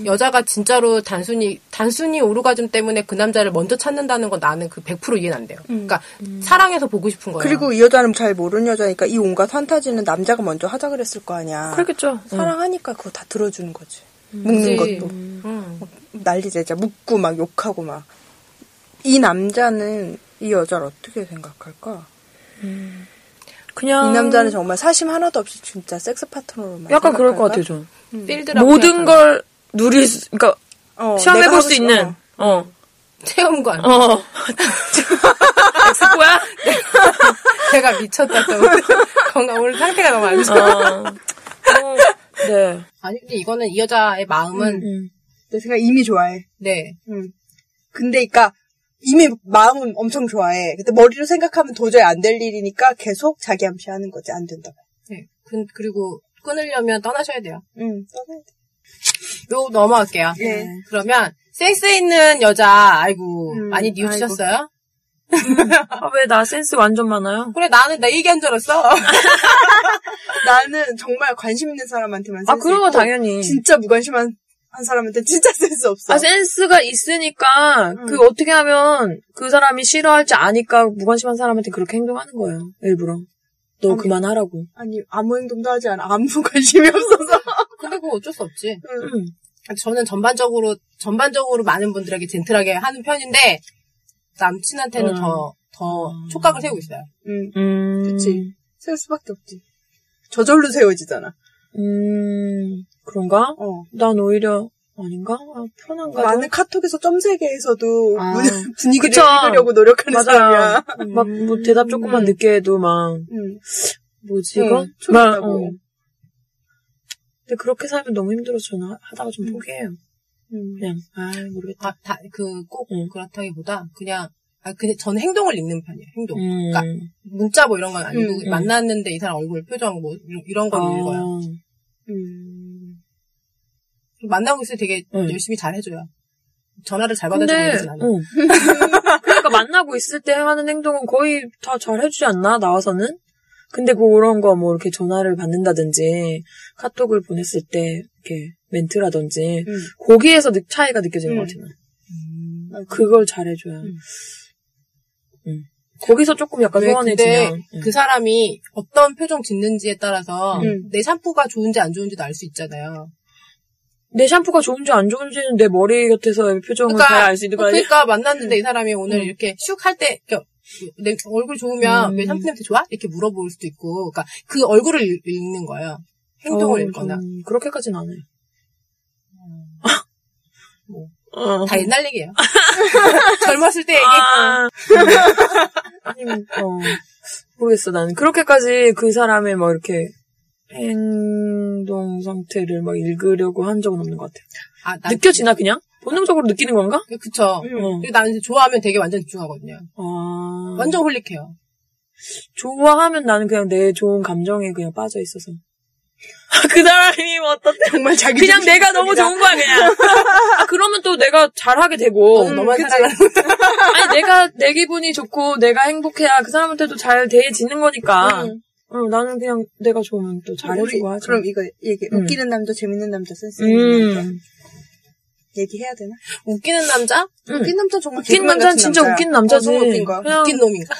여자가 진짜로 단순히 단순히 오르가즘 때문에 그 남자를 먼저 찾는다는 건 나는 그 100% 이해는 안 돼요. 그러니까 사랑해서 보고 싶은 거예요.
그리고 이 여자는 잘 모르는 여자니까 이 온갖 환타지는 남자가 먼저 하자 그랬을 거 아니야.
그렇겠죠.
사랑하니까 그거 다 들어주는 거지. 묶는
그치.
것도.
음.
난리 제자 묻고 막 욕하고 막. 이 남자는 이 여자를 어떻게 생각할까?
그냥
이 남자는 정말 사심 하나도 없이 진짜 섹스 파트너로만.
아. 약간 그럴 것
음. 생각할까?
같아요, 전.
필드라고
모든
생각하는
걸 누릴 수, 그러니까
어,
시험해
내가
볼
하고
수
싶-
있는 어.
체험관.
어. 엑스포야?
제가 미쳤다 또 건강 오늘 상태가 너무 안 좋아.
어. 어, 네.
아니 근데 이거는 이 여자의 마음은
내 생각 이미 좋아해. 음.
네
근데 그니까 이미 마음은 엄청 좋아해. 근데 머리로 생각하면 도저히 안 될 일이니까 계속 자기 암시하는 거지 안 된다고.
네. 그, 그리고 끊으려면 떠나셔야 돼요.
응. 음, 떠나야 돼.
요 넘어갈게요.
네.
그러면 센스 있는 여자 아이고 많이 뉘우치셨어요?
아, 왜 나 센스 완전 많아요?
그래 나는 내 얘기한 줄 알았어.
나는 정말 관심 있는 사람한테만.
아,
센스
그런 거
있고
당연히.
진짜 무관심한 한 사람한테 진짜 센스 없어.
아, 센스가 있으니까, 그, 어떻게 하면, 그 사람이 싫어할지 아니까, 무관심한 사람한테 그렇게 행동하는 거예요. 일부러. 너 그만하라고.
아니 아무 행동도 하지 않아 아무 관심이 없어서.
근데 그거 어쩔 수 없지.
음.
저는 전반적으로 전반적으로 많은 분들에게 젠틀하게 하는 편인데 남친한테는
음.
더 더 촉각을 세우고 있어요.
응.
음.
그치. 세울 수밖에 없지. 저절로 세워지잖아.
음, 그런가?
어.
난 오히려, 아닌가? 아, 편한가?
많은 카톡에서 점세계에서도
아.
문- 분위기를
그쵸.
읽으려고 노력하는 사람이야.
막, 뭐, 대답 조금만 늦게 해도 막,
응.
뭐지, 이거?
응, 음,
음, 막,
초록하고.
어. 근데 그렇게 살면 너무 힘들어서 저는 하- 하다가 좀 포기해요.
음,
그냥, 아, 모르겠다.
다그꼭
음.
그렇다기보다 그냥 아 근데 저는 행동을 읽는 편이에요. 행동.
음.
그러니까 문자 뭐 이런 건 아니고
음,
음.
만났는데 이 사람 얼굴 표정 뭐 이런- 이런 건 읽어요.
아,
음.
만나고 있을 때 되게
음.
열심히 잘 해줘요. 전화를 잘
근데,
받아주는 않아요
응. 그러니까 만나고 있을 때 하는 행동은 거의 다 잘해주지 않나, 나와서는? 근데 그런 거 뭐 이렇게 전화를 받는다든지, 카톡을 보냈을 때, 이렇게 멘트라든지,
음.
거기에서 느- 차이가 느껴지는
음.
것 같아요. 그걸 잘해줘야. 음. 거기서 조금 약간
왜 근데
소원해지면
그 사람이 어떤 표정 짓는지에 따라서
음.
내 샴푸가 좋은지 안 좋은지도 알 수 있잖아요.
내 샴푸가 좋은지 안 좋은지는 내 머리 곁에서의 표정을 봐야 알 수 있는 거 음. 아니야?
그러니까 만났는데 이 사람이 오늘 이렇게 슉 할 때, 그러니까 내 얼굴 좋으면
음.
왜 샴푸 냄새 좋아? 이렇게 물어볼 수도 있고, 그러니까 그 얼굴을 읽- 읽는 거예요. 행동을
어,
읽거나.
저는 그렇게까지는 안 해요.
뭐.
어.
다 옛날 얘기예요. 젊었을 때 얘기.
아. 아니, 어, 모르겠어, 나는. 그렇게까지 그 사람의 막 이렇게 행동 상태를 막 읽으려고 한 적은 없는 것 같아요.
아, 난,
느껴지나, 음. 그냥? 본능적으로 느끼는 건가?
그쵸.
응.
그리고 나는 이제 좋아하면 되게 완전 집중하거든요.
아.
완전 홀릭해요.
좋아하면 나는 그냥 내 좋은 감정에 그냥 빠져 있어서. 그 사람이 뭐 어떤
정말 자기
그냥 내가 너무 좋은 거야 그냥. 아, 그러면 또 내가 잘하게 되고.
너만
그치?
사랑하는
아니 내가 내 기분이 좋고 내가 행복해야 그 사람한테도 잘 대해지는 거니까. 어, 나는 그냥 내가 좋으면 또 잘해주고 하지.
그럼 이거 얘기
음.
웃기는 남자 재밌는 남자 센스 있는 남자
음.
얘기해야 되나?
웃기는 남자?
웃긴 남자 정말
웃긴
개그맨
남자는
같은
진짜
남자야.
웃긴 남자지.
어, 너무 웃긴 거야.
음. 그냥
웃긴 놈인가?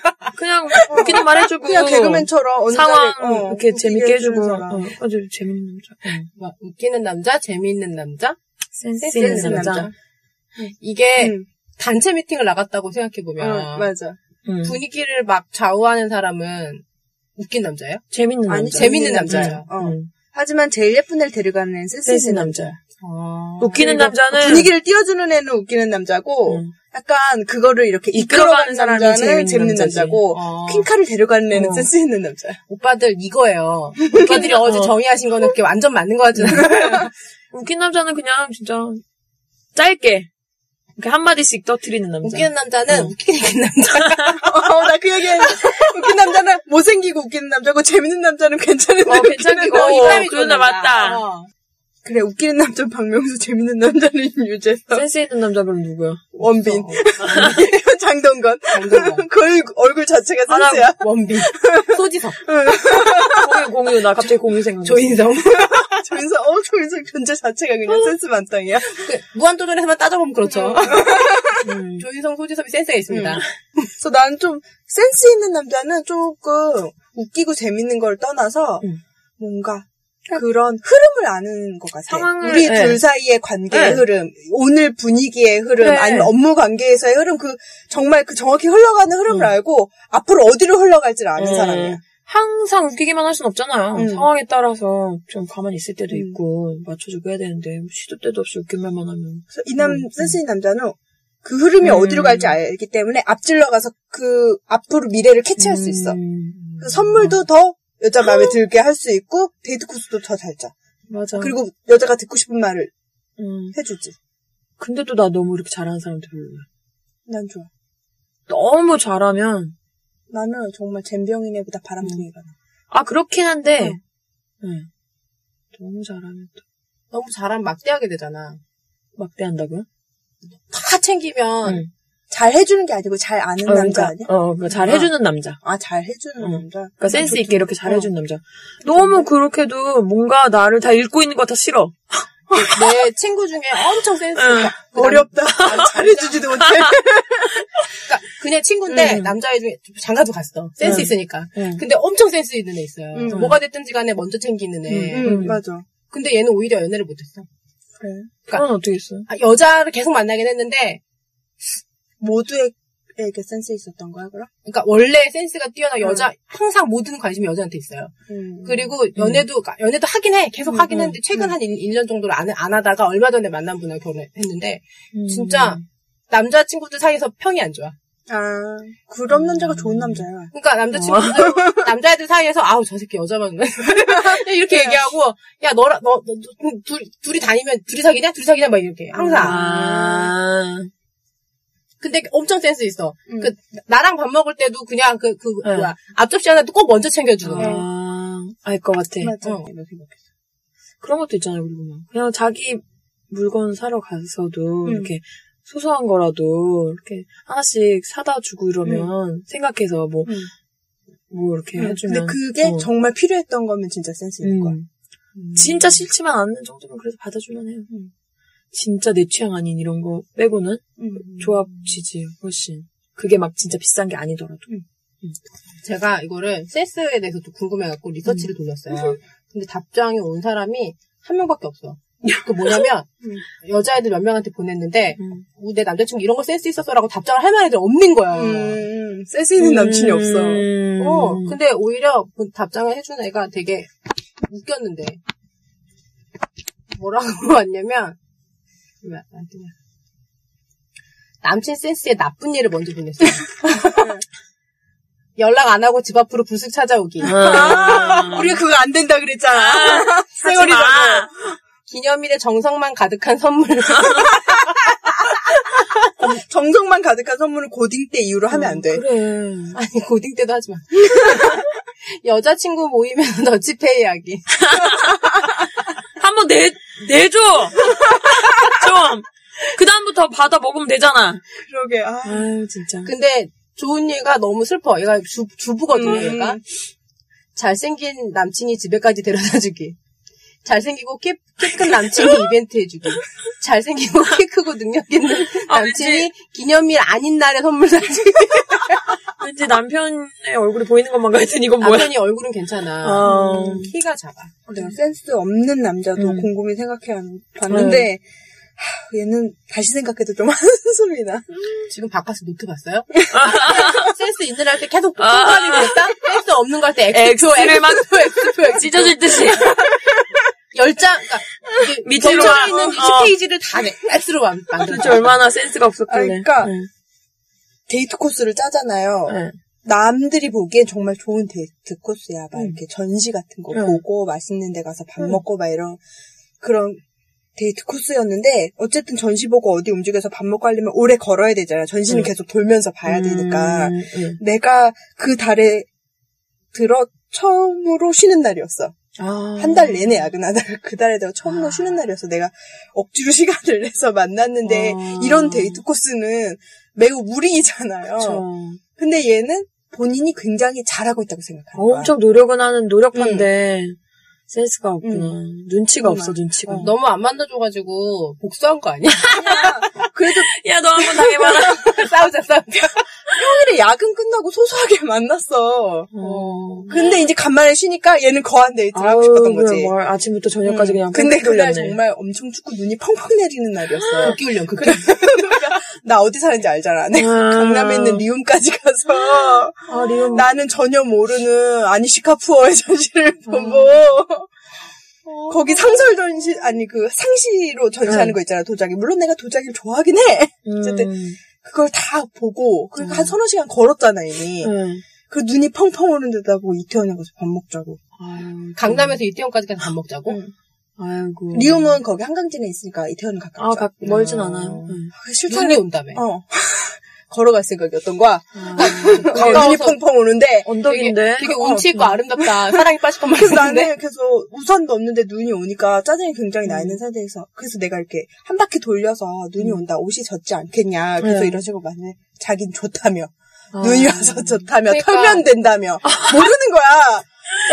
아, 그냥 웃기는 말해주고.
그냥 개그맨처럼 어느
상황
날에, 어,
이렇게
웃기게
재밌게 해주고.
해주는 사람.
어, 아주 재밌는 남자. 어.
막 웃기는 남자, 재미있는 남자,
센스
센스 있는 남자. 이게
음.
단체 미팅을 나갔다고
어,
생각해보면
맞아.
음.
분위기를 막 좌우하는 사람은 웃긴 남자예요?
음. 재밌는
아니,
남자.
재밌는
남자야.
남자예요.
어.
음.
하지만 제일 예쁜 애를 데려가는 애는 센스
센스
있는
남자.
웃기는
웃기는 남자는
어, 그러니까 분위기를 띄워주는 애는 웃기는 남자고
음.
약간 그거를 이렇게
이끌어가는
이끌어가는
사람이
남자는
재밌는
재밌는
남자지.
남자고
어.
퀸카를 데려가는 애는
어.
센스 있는 남자.
오빠들 이거예요. 오빠들이 어제 정의하신 거는 그게 완전 맞는 거 같지 않아요?
웃긴 남자는 그냥 진짜 짧게 이렇게 한 마디씩 떠트리는 남자.
웃기는 남자는
어.
음. 웃기게 생긴 남자.
어, 나 그 얘기 웃긴 남자는 못생기고 웃기는 남자고 재밌는 남자는 괜찮은데
어,
웃기는
괜찮기고
남자.
어, 그건 나 맞다.
어.
그래 웃기는 남자는 박명수 재밌는 남자는 유재석
센스 있는 남자 그럼 누구야?
원빈 장동건
어. 장동건.
그 얼굴- 얼굴 자체가
아, 나
센스야
원빈, 소지섭,
공유 공유 나 갑자기 공유 생각나.
조인성.
조인성 어 조인성 존재 자체가
어.
그냥 센스 만땅이야
그 무한도전에서만 따져보면 그렇죠.
음.
조인성, 소지섭이 센스가 있습니다.
그래서 나는 좀 센스 있는 남자는 조금 웃기고 재밌는 걸 떠나서
음.
뭔가 그런 흐름을 아는 것 같아.
상황을,
우리
네.
둘 사이의 관계의
네.
흐름, 오늘 분위기의 흐름,
네.
아니면 업무 관계에서의 흐름, 그 정말 그 정확히 흘러가는 흐름을 알고 앞으로 어디로 흘러갈지를 아는
음.
사람이야.
항상 웃기기만 할 순 없잖아요.
음.
상황에 따라서 좀 가만히 있을 때도
음.
있고 맞춰주고 해야 되는데 시도 때도 없이 웃긴 말만 하면
그래서 이남
음.
센스 있는 남자는 그 흐름이
음.
어디로 갈지 알기 때문에 앞질러 가서 그 앞으로 미래를 캐치할 수 있어.
음. 아.
그래서 선물도 더 여자 마음에 들게 할 수 있고 데이트 코스도 더 잘 짜.
맞아.
그리고 여자가 듣고 싶은 말을
음.
해주지.
근데 또 나 너무 이렇게 잘하는 사람들 별로야.
난 좋아.
너무 잘하면
나는 정말 잼병이네보다 바람둥이가 나.
아 그렇긴 한데
어.
네. 너무 잘하면 또
너무 잘하면 막대하게 되잖아.
막대한다고요?
다 챙기면
응.
잘 해주는 게 아니고 잘 아는
어, 그러니까,
남자 아니야? 음,
어, 그러니까 잘 해주는 남자.
아, 잘 해주는
어.
남자.
그러니까 센스 있게 이렇게 잘 해주는
어.
남자.
음.
너무 그렇게도 뭔가 나를 다 읽고 있는 거 다 싫어.
내 친구 중에 엄청 센스 있어. 그 남-
어렵다. 아, 잘 해주지도 못해.
그러니까 그냥 친구인데
응.
남자애 중에 장가도 갔어. 센스
응.
있으니까.
응.
근데 엄청 센스 있는 애 있어요.
응.
뭐가 됐든지 간에 먼저 챙기는 애.
응,
음.
맞아.
근데 얘는 오히려 연애를 못했어.
그래.
그건 어떻게 했어요?
아, 여자를 계속 만나긴 했는데,
모두에게 센스 있었던 거야, 그럼?
그러니까 원래 센스가 뛰어나 여자 항상 모든 관심이 여자한테 있어요.
음.
그리고 연애도 그러니까 연애도 하긴 해. 계속 하긴 했는데 최근 한 1, 년 정도를 안, 안 하다가 얼마 전에 만난 분하고 결혼했는데
음.
진짜 남자 친구들 사이에서 평이 안 좋아.
아,
음.
그런 남자가 좋은 남자야.
그러니까
뭐.
남자친구들 남자애들 사이에서 아우 저 새끼 여자 만나 이렇게 얘기하고 야 너라 너둘 둘이 다니면 둘이 사귀냐 둘이 사귀냐 막 이렇게 항상
음. 아.
근데 엄청 센스 있어
음.
그 나랑 밥 먹을 때도 그냥 그 그
네.
뭐야 앞접시 하나 꼭 먼저 챙겨주는 거
아. 알 것 같아.
네. 맞아.
어.
그런 것도 있잖아요, 그리고 막. 그냥 자기 물건 사러 가서도
음.
이렇게 소소한 거라도 이렇게 하나씩 사다 주고 이러면 생각해서 뭐,
음.
뭐 이렇게 해주면.
근데 그게
어.
정말 필요했던 거면 진짜 센스 있는 거야.
음. 진짜 싫지만 않는 정도면 그래도 받아주면 해요. 진짜 내 취향 아닌 이런 거 빼고는
음.
조합치지 훨씬. 그게 막 진짜 비싼 게 아니더라도.
제가 이거를 세스에 대해서 또 궁금해갖고 리서치를
음.
돌렸어요. 근데 답장이 온 사람이 한 명밖에 없어. 그 뭐냐면
음.
여자애들 몇 명한테 보냈는데 어, 내 남자친구 이런 거 센스 있었어라고 답장을 할 만한 애들 없는 거야.
음, 센스 있는 남친이 없어.
어, 근데 오히려 그 답장을 해준 애가 되게 웃겼는데 뭐라고 왔냐면 왜안 뜨냐? 남친 센스에 나쁜 예를 먼저 보냈어요. 연락 안 하고 집 앞으로 불쑥 찾아오기.
우리가 그거 안 된다 그랬잖아.
쌩얼이라고. 기념일에 정성만 가득한 선물.
정성만 가득한 선물을 고딩 때 이후로 하면 안 돼.
음, 그래.
아니 고딩 때도 하지 마. 여자친구 모이면 더치페이 하기.
한번 내, 내줘! 좀! 그다음부터 받아 먹으면 되잖아.
그러게. 아.
아유, 진짜.
근데 좋은 얘가 너무 슬퍼. 얘가 주, 주부거든요,
음.
얘가. 잘생긴 남친이 집에까지 데려다 주기. 잘생기고 키, 키큰 남친이 이벤트 해주기. 잘생기고 키 크고 능력 있는
아,
남친이 기념일 아닌 날에 선물 사주기.
왠지 남편의 얼굴이 보이는 것만 같은 이건 뭐야?
남편이 얼굴은 괜찮아. 음,
아,
키가 작아.
내가 센스 없는 남자도 곰곰이 생각해 봤는데 하, 얘는 다시 생각해도 좀 한숨이 나.
지금 바깥에 노트 봤어요? 센스 있는 할 때 계속 통과하는 거 있다? 센스 없는 거 할 때 엑스표,
아. X를 그 막
엑스표, 엑스표, 엑스표.
찢어질 듯이.
열장, 그러니까 이게
밑으로
겹쳐져
와.
있는
어.
10페이지를 다 내- X로 만-
도대체
만들었죠.
얼마나 센스가
아,
없었길래.
그러니까
응.
데이트 코스를 짜잖아요.
응.
남들이 보기엔 정말 좋은 데이트 코스야.
음.
막 이렇게 전시 같은 거
응.
보고 맛있는 데 가서
음.
밥 먹고 막 이런 그런 데이트 코스였는데 어쨌든 전시 보고 어디 움직여서 밥 먹고 하려면 오래 걸어야 되잖아. 전시는 계속 돌면서 봐야 되니까.
음, 음.
내가 그 달에 들어 처음으로 쉬는 날이었어.
아.
한 달 내내 야근하다가 그 달에 내가 처음으로
아.
쉬는 날이어서 내가 억지로 시간을 내서 만났는데
아.
이런 데이트 코스는 매우 무리이잖아요. 근데 얘는 본인이 굉장히 잘하고 있다고 생각하는 거야.
엄청 노력은 하는 노력파인데 센스가 없구나. 눈치가 음. 없어 눈치가.
너무 안 만나줘가지고 복수한 거 아니야?
그래도
야 너 한번 당해봐라.
싸우자, 싸우자.
평일에 야근 끝나고 소소하게 만났어.
음.
근데 이제 간만에 쉬니까 얘는 거한 데이트를 하고 싶었던 거지. 음.
뭘 아침부터 저녁까지 뭐. 그냥
근데
뺑뺑
그날
돌렸네.
정말 엄청 춥고 눈이 펑펑 내리는 날이었어.
극기 훈련, 극기 훈련.
나 어디 사는지 알잖아. 내가
아.
강남에 있는 리움까지 가서
아 리온
나는 전혀 모르는 아니시카푸어의 전시를 보고
어.
거기 상설 전시 아니 그 상시로
네.
전시하는 거 있잖아 도자기. 물론 내가 도자기를 좋아하긴 해.
음.
음.
어쨌든 그걸 다 보고 그러니까 한 서너 시간 걸었잖아 이미.
음.
그 눈이 펑펑 오는 데다 보고 이태원에 가서 밥 먹자고.
강남에서 이태원까지 가서 밥 먹자고? 음.
아이고.
리움은 거기 한강진에 있으니까 이태원은 가깝죠. 음.
아 가, 멀진 않아요. 음. 응.
실제로
눈이 온다며.
어 걸어갈 생각이었던 거야.
음. 가까워서-
눈이 펑펑 오는데
언덕인데.
되게 운치 있고 아름답다. 사랑이 빠질 것만
그래서
같은데.
나는 계속 우산도 없는데 눈이 오니까 짜증이 굉장히 나 있는 상태에서 그래서 내가 이렇게 한 바퀴 돌려서 눈이 온다 옷이 젖지 않겠냐 그래서
네.
이런 식으로 말해 자긴 좋다며 눈이 와서 좋다며
그러니까.
털면 된다며 모르는 거야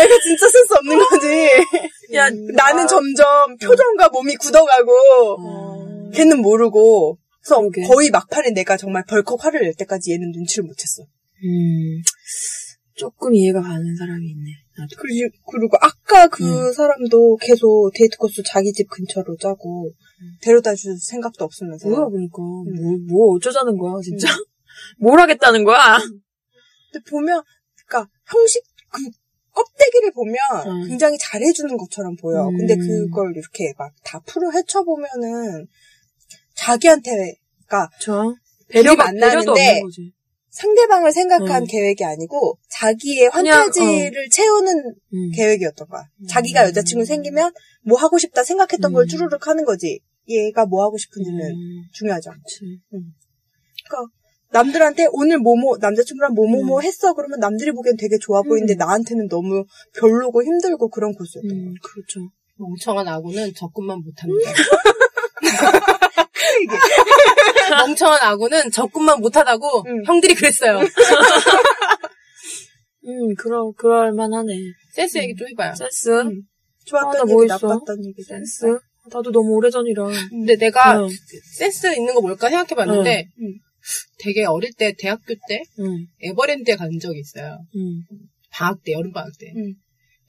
애가 진짜 센스 없는 거지
야
나는 점점 표정과 몸이 굳어가고 걔는 모르고 그래서
그러게.
거의 막판에 내가 정말 벌컥 화를 낼 때까지 얘는 눈치를 못 챘어
음, 조금 이해가 가는 사람이 있네. 나도.
그리- 그리고 아까
음.
그 사람도 계속 데이트 코스 자기 집 근처로 짜고
음.
데려다 줄 생각도 없으면서
뭐야 그러니까 뭐, 뭐 어쩌자는 거야 진짜. 뭘 하겠다는 거야?
근데 보면 그러니까 형식 그 껍데기를 보면
음.
굉장히 잘해주는 것처럼 보여
음.
근데 그걸 이렇게 막 다 풀어 헤쳐보면은 자기한테 그러니까
저 배려가
둘이 만나는데
배려도 없는 거지.
상대방을 생각한
음.
계획이 아니고 자기의
그냥, 어.
환타지를 채우는
음.
계획이었던 거야. 자기가 여자친구 생기면 뭐 하고 싶다 생각했던 걸 주르륵 하는 거지. 얘가 뭐 하고 싶은지는
음,
중요하지 않고.
그치.
그러니까 남들한테 오늘 뭐뭐 남자친구랑
음.
뭐뭐뭐 했어 그러면 남들이 보기엔 되게 좋아 보이는데 나한테는 너무 별로고 힘들고 그런 코스였던 거야.
음, 그렇죠.
멍청한 아구는 접근만 못합니다. 멍청한 아구는 접근만 못하다고
응.
형들이 그랬어요.
음.
음, 그러, 그럴 만하네.
센스 얘기 좀 해봐요.
음.
센스?
좋았던
아, 나뭐
얘기,
했어?
나빴던 얘기. 네.
센스? 나도 너무 오래전이라. 음,
근데 내가
어.
응.
센스 있는 거 뭘까 생각해봤는데
응.
되게 어릴 때 대학교 때
음,
에버랜드에 간 적이 있어요.
음.
방학 때 여름 방학 때.
음.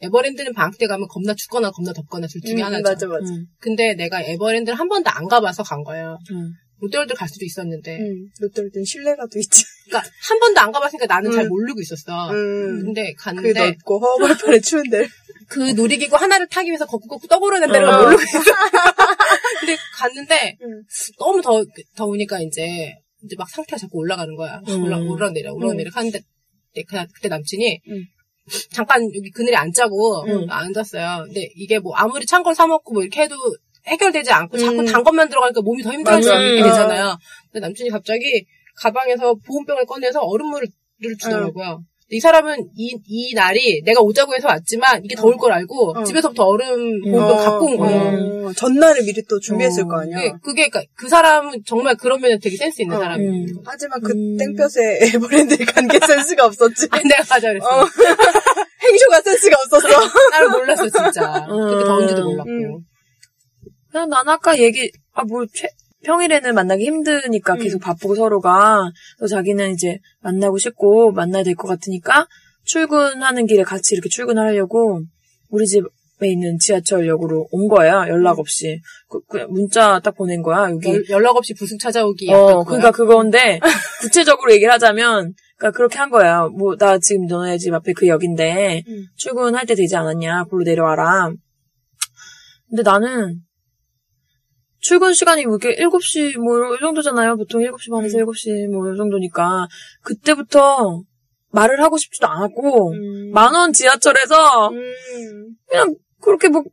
에버랜드는 방학 때 가면 겁나 춥거나 겁나 덥거나 둘 중에 하나죠.
맞아 맞아.
음,
근데 내가 에버랜드를 한 번도 안 가봐서 간 거예요.
음.
롯데월드 갈 수도 있었는데,
음, 롯데월드는 신뢰가 또 있지.
그러니까 한 번도 안 가봤으니까 나는 잘
음.
모르고 있었어.
음.
아, 근데
그게
갔는데
넓고 허허벌판에 추운데.
그 놀이기구 하나를 타기 위해서 거꾸거꾸 떠오르는 데를 모르고 있어. 근데 갔는데
음.
너무 더 더우니까 이제 이제 막 상태가 자꾸 올라가는 거야.
음.
올라 오르락내리락 오르락내리락 하는데 내- 그- 그때 남친이
음.
잠깐 여기 그늘에 앉자고 앉았어요. 근데 이게 뭐 아무리 찬 걸 사 먹고 뭐 이렇게 해도 해결되지 않고 자꾸 단 것만 들어가니까 몸이 더
음. 맞아.
힘들어지게
음.
되잖아요. 근데 남친이 갑자기 가방에서 보온병을 꺼내서 얼음물을 주더라고요. 이 사람은 이, 이 날이 내가 오자고 해서 왔지만 이게 더울 걸 알고
어.
집에서부터 얼음 보온병 갖고 온 어, 거예요.
어, 전날을 미리 또 준비했을 거 아니야.
그게, 그게 그러니까 그 사람은 정말 그런 면에 되게 센스 있는
어.
사람이에요. 음.
하지만 그 땡볕에 에버랜드에 간 게 센스가 없었지.
아, 내가 가자 그랬어.
어. 행쇼가 센스가 없었어.
나를 몰랐어 진짜. 그렇게 더운지도 몰랐고.
음.
난, 난 아까 얘기, 아, 뭐, 최- 평일에는 만나기 힘드니까 계속 바쁘고 서로가, 또 자기는 이제 만나고 싶고, 만나야 될 것 같으니까, 출근하는 길에 같이 이렇게 출근하려고, 우리 집에 있는 지하철역으로 온 거야, 연락 없이. 그, 그 문자 딱 보낸 거야, 여기.
연- 연락 없이 부승 찾아오기.
어, 그러니까 그건데 구체적으로 얘기를 하자면 그러니까 그렇게 한 거야. 뭐 나 지금 너네 집 앞에 그 역인데 출근할 때 되지 않았냐? 골로 내려와라. 근데 나는 출근 시간이 뭐 이렇게 7시 뭐 이 정도잖아요. 보통 7시 반에서 7시 뭐 이 정도니까 그때부터 말을 하고 싶지도 않았고
음.
만 원 지하철에서 그냥 그렇게 뭐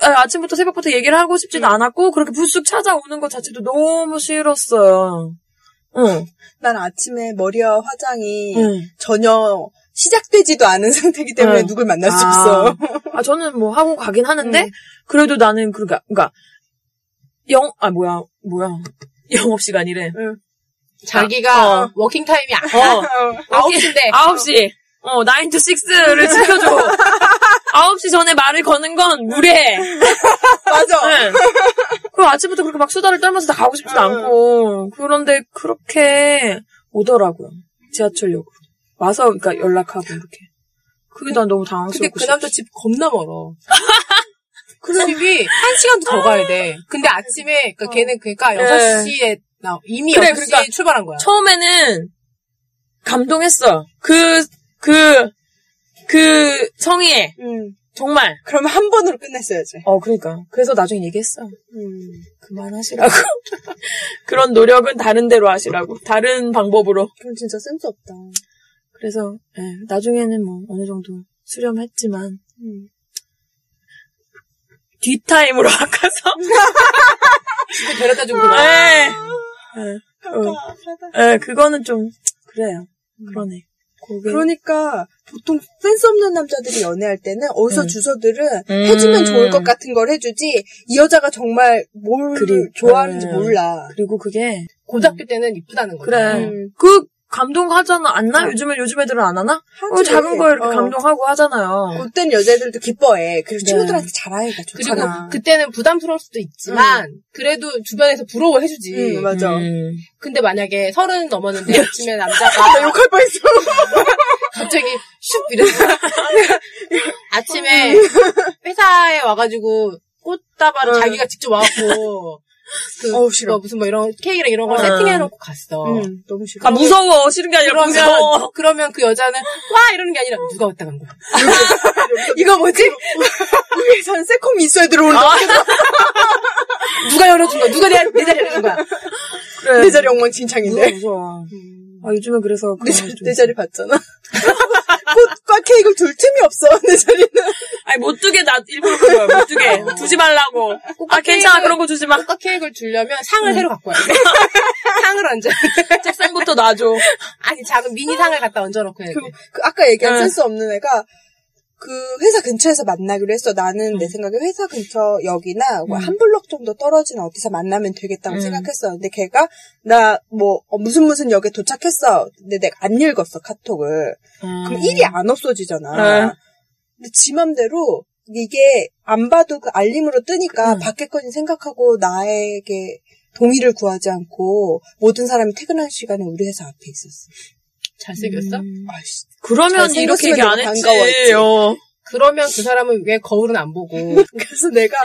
아, 침부터 새벽부터 얘기를 하고 싶지도 않았고 그렇게 불쑥 찾아오는 것 자체도 너무 싫었어요. 응,
난 아침에 머리와 화장이
예. 음.
응.
전혀 시작되지도 않은 상태이기 때문에
응.
누굴 만날 수
아.
없어.
아 저는 뭐 하고 가긴 하는데 그래도 나는 그러니까 그러니까 영 아 뭐야 뭐야 영업 시간이래.
자기가 워킹 타임이 아,
아,
어
아홉 네. 시인데
9시 어 9 to 6를 지켜줘. 9시 전에 말을 거는 건 무례해.
어.
맞아.
네. 그 아침부터 그렇게 막 수다를 떨면서 다 가고 싶지도 않고 그런데 그렇게 오더라고요 지하철역으로 와서 그러니까 연락하고 이렇게 그게 난 너무
근데
당황스럽고
그 남자 집 겁나 멀어. 그 집이 한 시간도 더 가야 돼. 근데 아침에
어.
그러니까 걔는 그러니까
네.
여섯 시에 나 이미
그래,
여섯 시에
그러니까
출발한 거야.
처음에는 감동했어 그 그 그 성의에
음.
정말
그러면 한 번으로 끝냈어야지.
어 그러니까 그래서 나중에 얘기했어
음.
그만하시라고 그런 노력은 다른 데로 하시라고 다른 방법으로
그럼 진짜 센스 없다.
그래서 예, 나중에는 뭐 어느 정도 수렴했지만
음.
뒷타임으로 아까서
집에 데려다 준 거야.
예. 예, 예, 그거는 좀 그래요. 그러네. 그게-
그러니까 보통 센스 없는 남자들이 연애할 때는 어디서
음.
주소들은
음.
해주면 좋을 것 같은 걸 해주지 이 여자가 정말 뭘
그리고-
좋아하는지
음.
몰라.
그리고 그게
고등학교 때는 이쁘다는 거야.
그래.
음.
그 감동하잖아. 안나? 요즘에 요즘 애들은 안 하나? 어,
하지.
작은 거 이렇게
어.
감동하고 하잖아요.
그땐 여자들도 기뻐해. 그리고
네.
친구들한테 잘하니까
그리고
좋잖아.
그때는 부담스러울 수도 있지만 그래도 주변에서 부러워해주지.
그 응, 맞아.
음.
근데 만약에 서른 넘었는데 아침에 남자가
욕할 뻔했어.
갑자기 슉 이래서 아침에 회사에 와가지고 꽃다발을 자기가 직접 와갖고 그
어우, 싫어.
그거 무슨 뭐 이런 케이크랑 이런 걸
어.
세팅해놓고 갔어.
응, 너무 싫어.
아, 무서워. 싫은 게 아니라
그러면
무서워.
그러면 그 여자는 와 이러는 게 아니라 누가 왔다 간 거야.
이거 뭐지? 우리선 새콤 있어야 들어온다.
아,
누가 열어준 거야. 누가 내, 내 자리 열어준 거야.
그래.
내 자리 엉망진창인데.
무서워, 무서워. 아, 요즘에 그래서
내,
그런
자-
거좀
내 자리 봤잖아. 꽃과 케이크를 둘 틈이 없어. 내 자리는.
아니, 못 두게 나 일부러 그런 거야. 못 두게.
아.
두지 말라고. 아, 괜찮아. 그런 거 주지 마.
꽃과 케이크를 주려면 상을 새로 갖고 와야 돼. 상을 얹어.
책상부터 놔줘.
아니 작은 미니 상을 갖다 얹어놓고 해야 돼.
그, 그 아까 얘기한
응.
센스 없는 애가 그 회사 근처에서 만나기로 했어. 나는
음.
내 생각에 회사 근처 역이나 뭐한 블록 정도 떨어진 어디서 만나면 되겠다고
음.
생각했어. 근데 걔가 나 뭐 무슨 무슨 역에 도착했어. 근데 내가 안 읽었어 카톡을. 그럼 일이 안 없어지잖아.
네.
근데 지 맘대로 이게 안 봐도 그 알림으로 뜨니까
음.
밖에 거니 생각하고 나에게 동의를 구하지 않고 모든 사람이 퇴근할 시간에 우리 회사 앞에 있었어.
잘생겼어?
음.
아이씨.
그러면
잘생겼으면
이렇게 얘기 안
내가
했지.
반가워했지.
어.
그러면 그 사람은 왜 거울은 안 보고
그래서 내가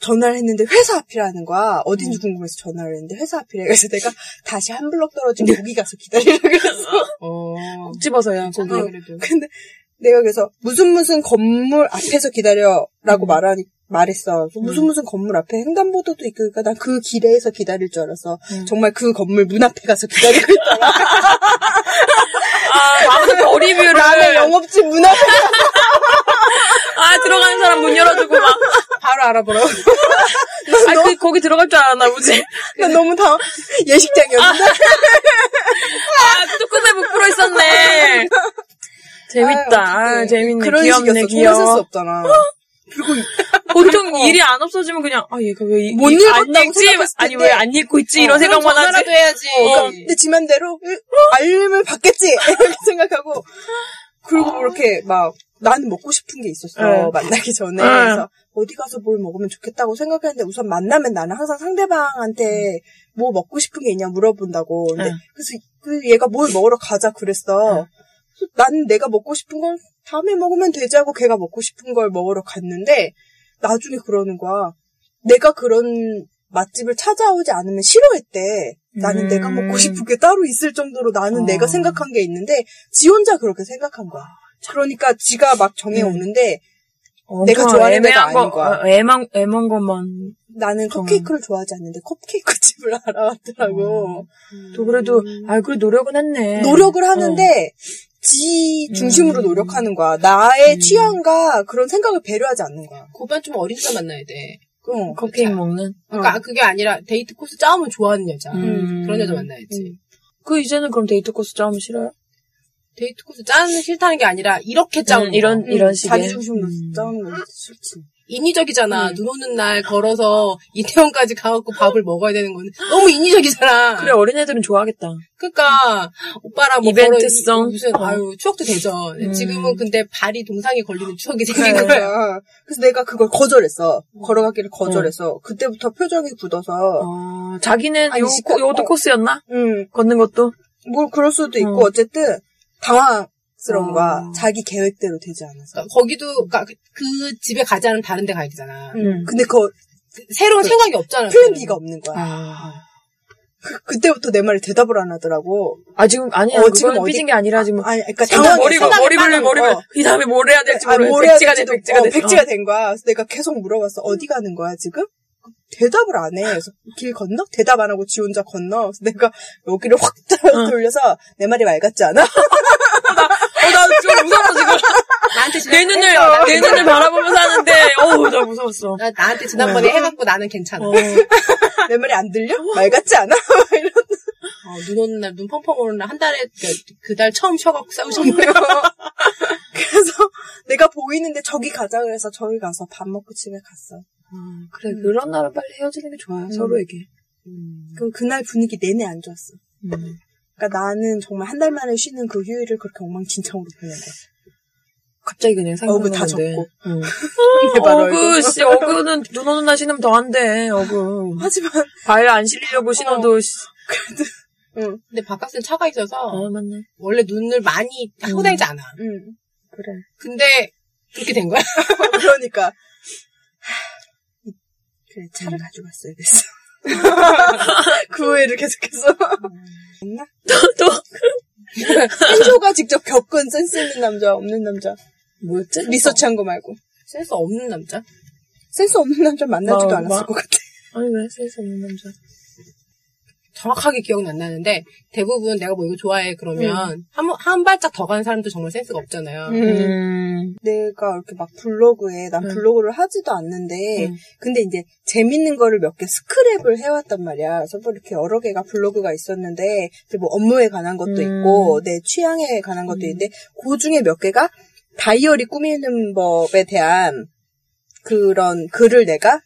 전화를 했는데 회사 앞이라는 거야. 어딘지
음.
궁금해서 전화를 했는데 회사 앞이래. 그래서 내가 다시 한 블럭 떨어진
네.
거기 가서 기다리라 그랬어.
어.
집어서야 거기.
괜찮아, 그래도.
근데 내가 그래서 무슨 무슨 건물 앞에서
음.
기다려라고 말하니 말했어. 그래서 무슨 무슨 건물 앞에 횡단보도도 있고 그러니까 난 그 길에서 기다릴 줄 알았어.
음.
정말 그 건물 문 앞에 가서 기다리고 있더라.
아무도 버리뷰를
남의 영업집 문 앞에
아 들어가는 사람 문 열어주고 막
바로 알아보라고.
아, 그, 거기 들어갈 줄 알았나 보지.
난 너무 다 예식장이었는데.
아, 뚜껑에 부풀어 있었네. 재밌다.
아유,
아,
어떡해.
재밌네.
그런
귀엽네,
식이었어. 종이를 쓸수
귀여워.
없잖아.
보통 일이 안 없어지면 그냥, 아, 얘가 왜, 이-
못
이- 안
읽었다고
읽지?
생각했을
아니,
텐데. 어,
왜 안 읽고 있지? 이런 생각만 하지.
전화라도 해야지.
어.
근데 그러니까 지만대로 알림을 받겠지 이렇게 생각하고 그리고 뭐 이렇게 막 나는 먹고 싶은 게 있었어
응.
만나기 전에
응.
그래서 어디 가서 뭘 먹으면 좋겠다고 생각했는데 우선 만나면 나는 항상 상대방한테 뭐 먹고 싶은 게 있냐 물어본다고 근데
응.
그래서 그 얘가 뭘 먹으러 가자 그랬어 그래서 난 내가 먹고 싶은 걸 다음에 먹으면 되지 하고 걔가 먹고 싶은 걸 먹으러 갔는데 나중에 그러는 거야 내가 그런 맛집을 찾아오지 않으면 싫어했대. 나는
음.
내가 먹고 싶은 게 따로 있을 정도로
어.
나는
아,
내가 생각한 게 있는데 지 혼자 그렇게 생각한 거야. 그러니까 지가 막
음.
정해 오는데 내가
엄청
좋아하는 애가
애매한 거,
아닌 거야.
어, 애만, 애만 것만.
나는 컵케이크를 좋아하지 않는데 컵케이크 집을
음.
알아왔더라고.
또 그래도, 아, 그래, 노력은 했네.
음. 노력을 하는데
어.
지
음.
중심으로 노력하는 거야. 나의 취향과 그런 생각을 배려하지 않는 거야.
그건 좀 어린 여자 만나야 돼.
어.
커피를 먹는.
그러니까 그게 아니라 데이트 코스 짜오면 좋아하는 여자.
음.
그런 여자 만나야지.
그 이제는 그럼 데이트 코스 짜면 싫어요?
데이트 코스 짜는 싫다는 게 아니라 이렇게 짜는
음, 이런, 이런 식의. 음.
자기 중심으로 짜는 건 싫지.
인위적이잖아. 눈 오는 날 걸어서 이태원까지 가갖고 밥을 먹어야 되는 건 너무 인위적이잖아.
그래, 어린애들은 좋아하겠다.
그러니까 오빠랑 뭐
이벤트성.
걸어- 무슨
어.
아유 추억도 되죠. 지금은 근데 발이 동상에 걸리는 추억이 생긴
네.
그래.
거야.
거야. 그래서 내가 그걸 거절했어. 걸어가기를 거절했어. 그때부터 표정이 굳어서,
음. 어, 자기는
아니,
요,
시카-
코- 요것도
어.
코스였나?
음,
걷는 것도?
뭐 그럴 수도 있고
어.
어. 쨌든 당황스러운
어.
거야. 자기 계획대로 되지 않아서.
그러니까 거기도 그러니까 그- 그 집에 가지 않은 다른 데 가야 되잖아.
응.
근데 그
새로운 생각이 없잖아.
플랜B가 없는 거야.
아,
그, 때부터내 말에 대답을 안 하더라고.
아 지금 아니야.
어,
그건
지금 어디-
삐진 게 아니라 지금
아니, 그러니까
일단
당황해서.
머리가
생각이
머리를
빠져.
머리를
어.
이 다음에 뭘 해야 될지
아,
모르겠어.
뭘 해야
백지가 돼,
될지도-
백지가
어,
돼.
백지가 된 거야. 그래서 내가 계속 물어봤어. 어디 가는 거야 지금? 대답을 안 해. 그래서 길 건너? 대답 안 하고 지 혼자 건너. 그래서 내가 여기를 확 돌려서 내 말이 말 같지 않아?
어, 나 지금 무서워 지금.
나한테
내
지난,
눈을 내 눈을 바라보면서 하는데, 어우 나 무서웠어.
나, 나한테 지난번에 해갖고 나는 괜찮아.
어,
내 말이 안 들려? 말 같지 않아?
어, 눈 오는 날, 눈 펑펑 오는 날 한 달에 그 달 처음 쉬어갖고 싸우신 거예요.
그래서 내가 보이는데 저기 가자 그래서 저기 가서 밥 먹고 집에 갔어.
그래 그런 날은 빨리 헤어지는 게 좋아요 서로에게.
그럼 그날 분위기 내내 안 좋았어. 그러니까 나는 정말 한 달 만에 쉬는 그 휴일을 그렇게 엉망진창으로 보낸 거야.
갑자기 그냥
어그
생각나는데.
다 적고. 내 말
어그
얼굴.
씨 어그는 눈 오는 날 신으면 더 안 돼. 어그
하지만
바일 안 실리려고 신어도. 씨-
근데 바깥은 차가 있어서
아 맞네.
원래 눈을 많이 하고 다니지 않아.
음 그래.
근데 그렇게 된 거야.
그러니까 하, 그래 차를 가져갔어야 됐어. 그 후회를 계속해서. 없나?
또
한조가 직접 겪은 센스 있는 남자 없는 남자
뭐였지?
리서치한 거 말고
센스 없는 남자.
센스 없는 남자 만나지도
마-
않았을
마-
것 같아.
아니 왜 센스 없는 남자.
정확하게 기억은 안 나는데 대부분 내가 뭐 이거 좋아해 그러면 한, 한 발짝 더 가는 사람도 정말 센스가 없잖아요.
음.
내가 이렇게 막 블로그에 난 블로그를 하지도 않는데 근데 이제 재밌는 거를 몇 개 스크랩을 해왔단 말이야. 그래서 뭐 이렇게 여러 개가 블로그가 있었는데 이제 뭐 업무에 관한 것도 있고 내 취향에 관한 것도 있는데 그 중에 몇 개가 다이어리 꾸미는 법에 대한 그런 글을 내가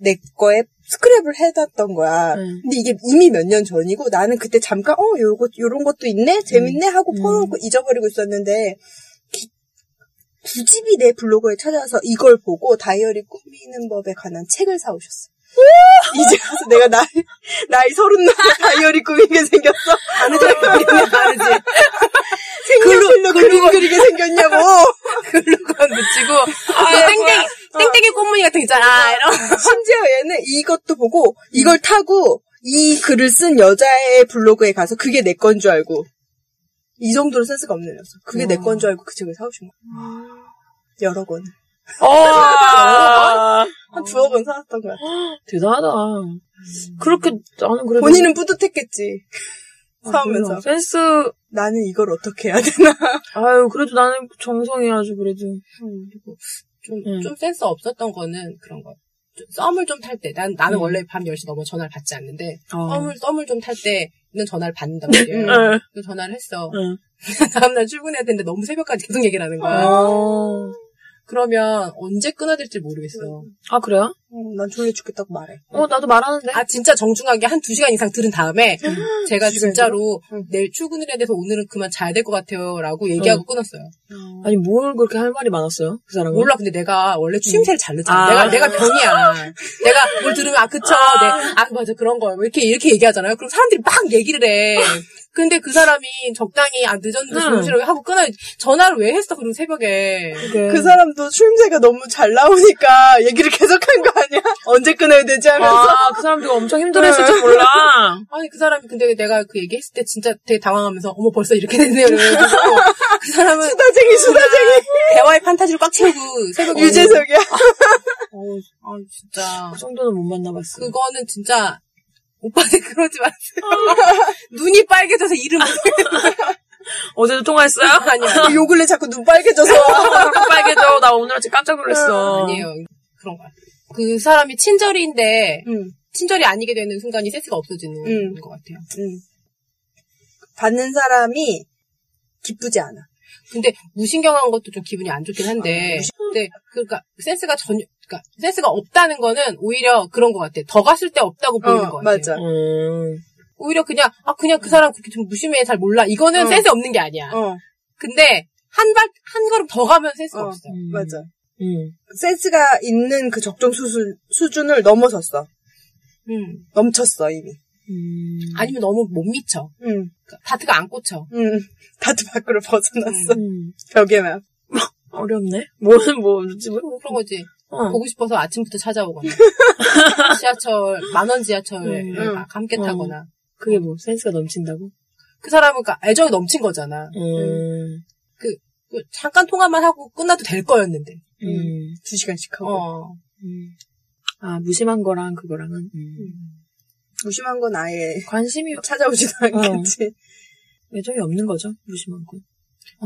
내 거에 스크랩을 해놨던 거야.
네.
음.
근데 이게 이미 몇 년 전이고 나는 그때 잠깐 어 요거 요런 것도 있네 재밌네
음.
하고 퍼놓고 잊어버리고 있었는데 기- 굳이 내 블로그에 찾아와서 이걸 보고 다이어리 꾸미는 법에 관한 책을 사오셨어. 요 이제 와서 내가 나이, 나이 서른 날 다이어리 꾸미게 생겼어?
아는 사람이 다르지.
생년필로 그림 그리게 생겼냐고!
글루건 붙이고 아, 땡땡이 땡땡이 꽃무늬 같은 거 있잖아. 이런.
심지어 얘는 이것도 보고, 이걸 타고, 이 글을 쓴 여자의 블로그에 가서 그게 내 건 줄 알고, 이 정도로 센스가 없는 여자. 그게 내 건 줄 알고 그 책을 사오신 거야. 여러 권.
어,
한 두어 권 사왔던 거야.
대단하다. 그렇게 나는 그래도
본인은 뿌듯했겠지.
아,
사오면서.
몰라. 센스
나는 이걸 어떻게 해야 되나.
아유 그래도 나는 정성해야지 그래도
그리고 좀,
음.
좀 센스 없었던 거는 그런 거. 좀 썸을 좀 탈 때, 난, 나는 원래 밤 10시 넘어 전화를 받지 않는데,
어.
썸을, 썸을 좀 탈 때는 전화를 받는단 말이에요.
응.
그래서 전화를 했어.
응.
다음날 출근해야 되는데 너무 새벽까지 계속 얘기를 하는 거야.
어.
그러면 언제 끊어야 될지 모르겠어.
아 그래요?
어, 난 졸려 죽겠다고 말해.
어 나도 말하는데
아, 진짜 정중하게 한 2시간 이상 들은 다음에, 제가
두 시간
진짜로 내일 출근을 해야 돼서 오늘은 그만 자야 될 것 같아요. 라고 얘기하고 끊었어요.
아니 뭘 그렇게 할 말이 많았어요 그 사람은?
몰라, 근데 내가 원래
음.
추임새를 잘 넣잖아.
아.
내가, 내가 병이야. 내가 뭘 들으면, 아, 그쵸. 네. 아, 맞아, 그런 거요. 이렇게, 이렇게 얘기하잖아요. 그럼 사람들이 막 얘기를 해. 근데 그 사람이 적당히, 아, 늦었는데
음.
정신을 하고 끊어. 전화를 왜 했어, 그럼 새벽에.
그게.
그 사람도 추임새가 너무 잘 나오니까 얘기를 계속한 거 아니야? 언제 끊어야 되지 하면서.
아, 그 사람들 엄청 힘들어했을지 몰라.
아니, 그 사람이 근데 내가 그 얘기했을 때 진짜 되게 당황하면서, 어머, 벌써 이렇게 됐네요. 이러면서 그 사람은
수다쟁이, 수다쟁이.
대화의 판타지를 꽉 채우고 새벽에.
유재석이야.
오는- 어, 아, 진짜.
그 정도는 못 만나봤어.
그거는 진짜, 오빠한테 그러지 마세요.
아.
눈이 빨개져서 이름 못해.
그 어제도 통화했어요? 그
아니야.
요 근래 자꾸 눈 빨개져서.
빨개져. 나 오늘 네. 아침 깜짝 놀랐어.
아니에요. 그런 거. 같아요. 그 사람이 친절인데
응,
친절이 아니게 되는 순간이 센스가 없어지는
음.
것 같아요.
응. 받는 사람이 기쁘지 않아.
근데 무신경한 것도 좀 기분이 안 좋긴
아,
한데. 근데 그러니까 센스가 전혀 그러니까 센스가 없다는 거는 오히려 그런 것 같아. 더 갔을 때 없다고 보이는 것 같아요.
어, 맞아.
음.
오히려 그냥 아 그냥 그 사람 그렇게 좀 무심해 잘 몰라. 이거는
어.
센스 없는 게 아니야.
어,
음.
근데 한 발 한 걸음 더 가면 센스가
어.
없어.
맞아.
음.
센스가 있는 그 적정 수준, 수준을 넘어섰어.
음.
넘쳤어, 이미.
음.
아니면 너무 못 미쳐.
응,
그러니까 다트가 안 꽂혀.
응. 음. 다트 밖으로 벗어났어.
음.
벽에만.
어렵네. 뭐는 뭐지? 뭐.
그런 거지.
어.
보고 싶어서 아침부터 찾아오거나 지하철 만원 지하철을
음.
막 함께
음.
타거나
그게 뭐 센스가 넘친다고?
그 사람은 그러니까 애정이 넘친 거잖아.
음.
그 잠깐 통화만 하고 끝나도 될 거였는데.
음.
두 시간씩 하고.
어.
음. 아 무심한 거랑 그거랑은 음.
무심한 건 아예
관심이
찾아오지도 않겠지.
예정이 없는 거죠. 어. 무심한 건.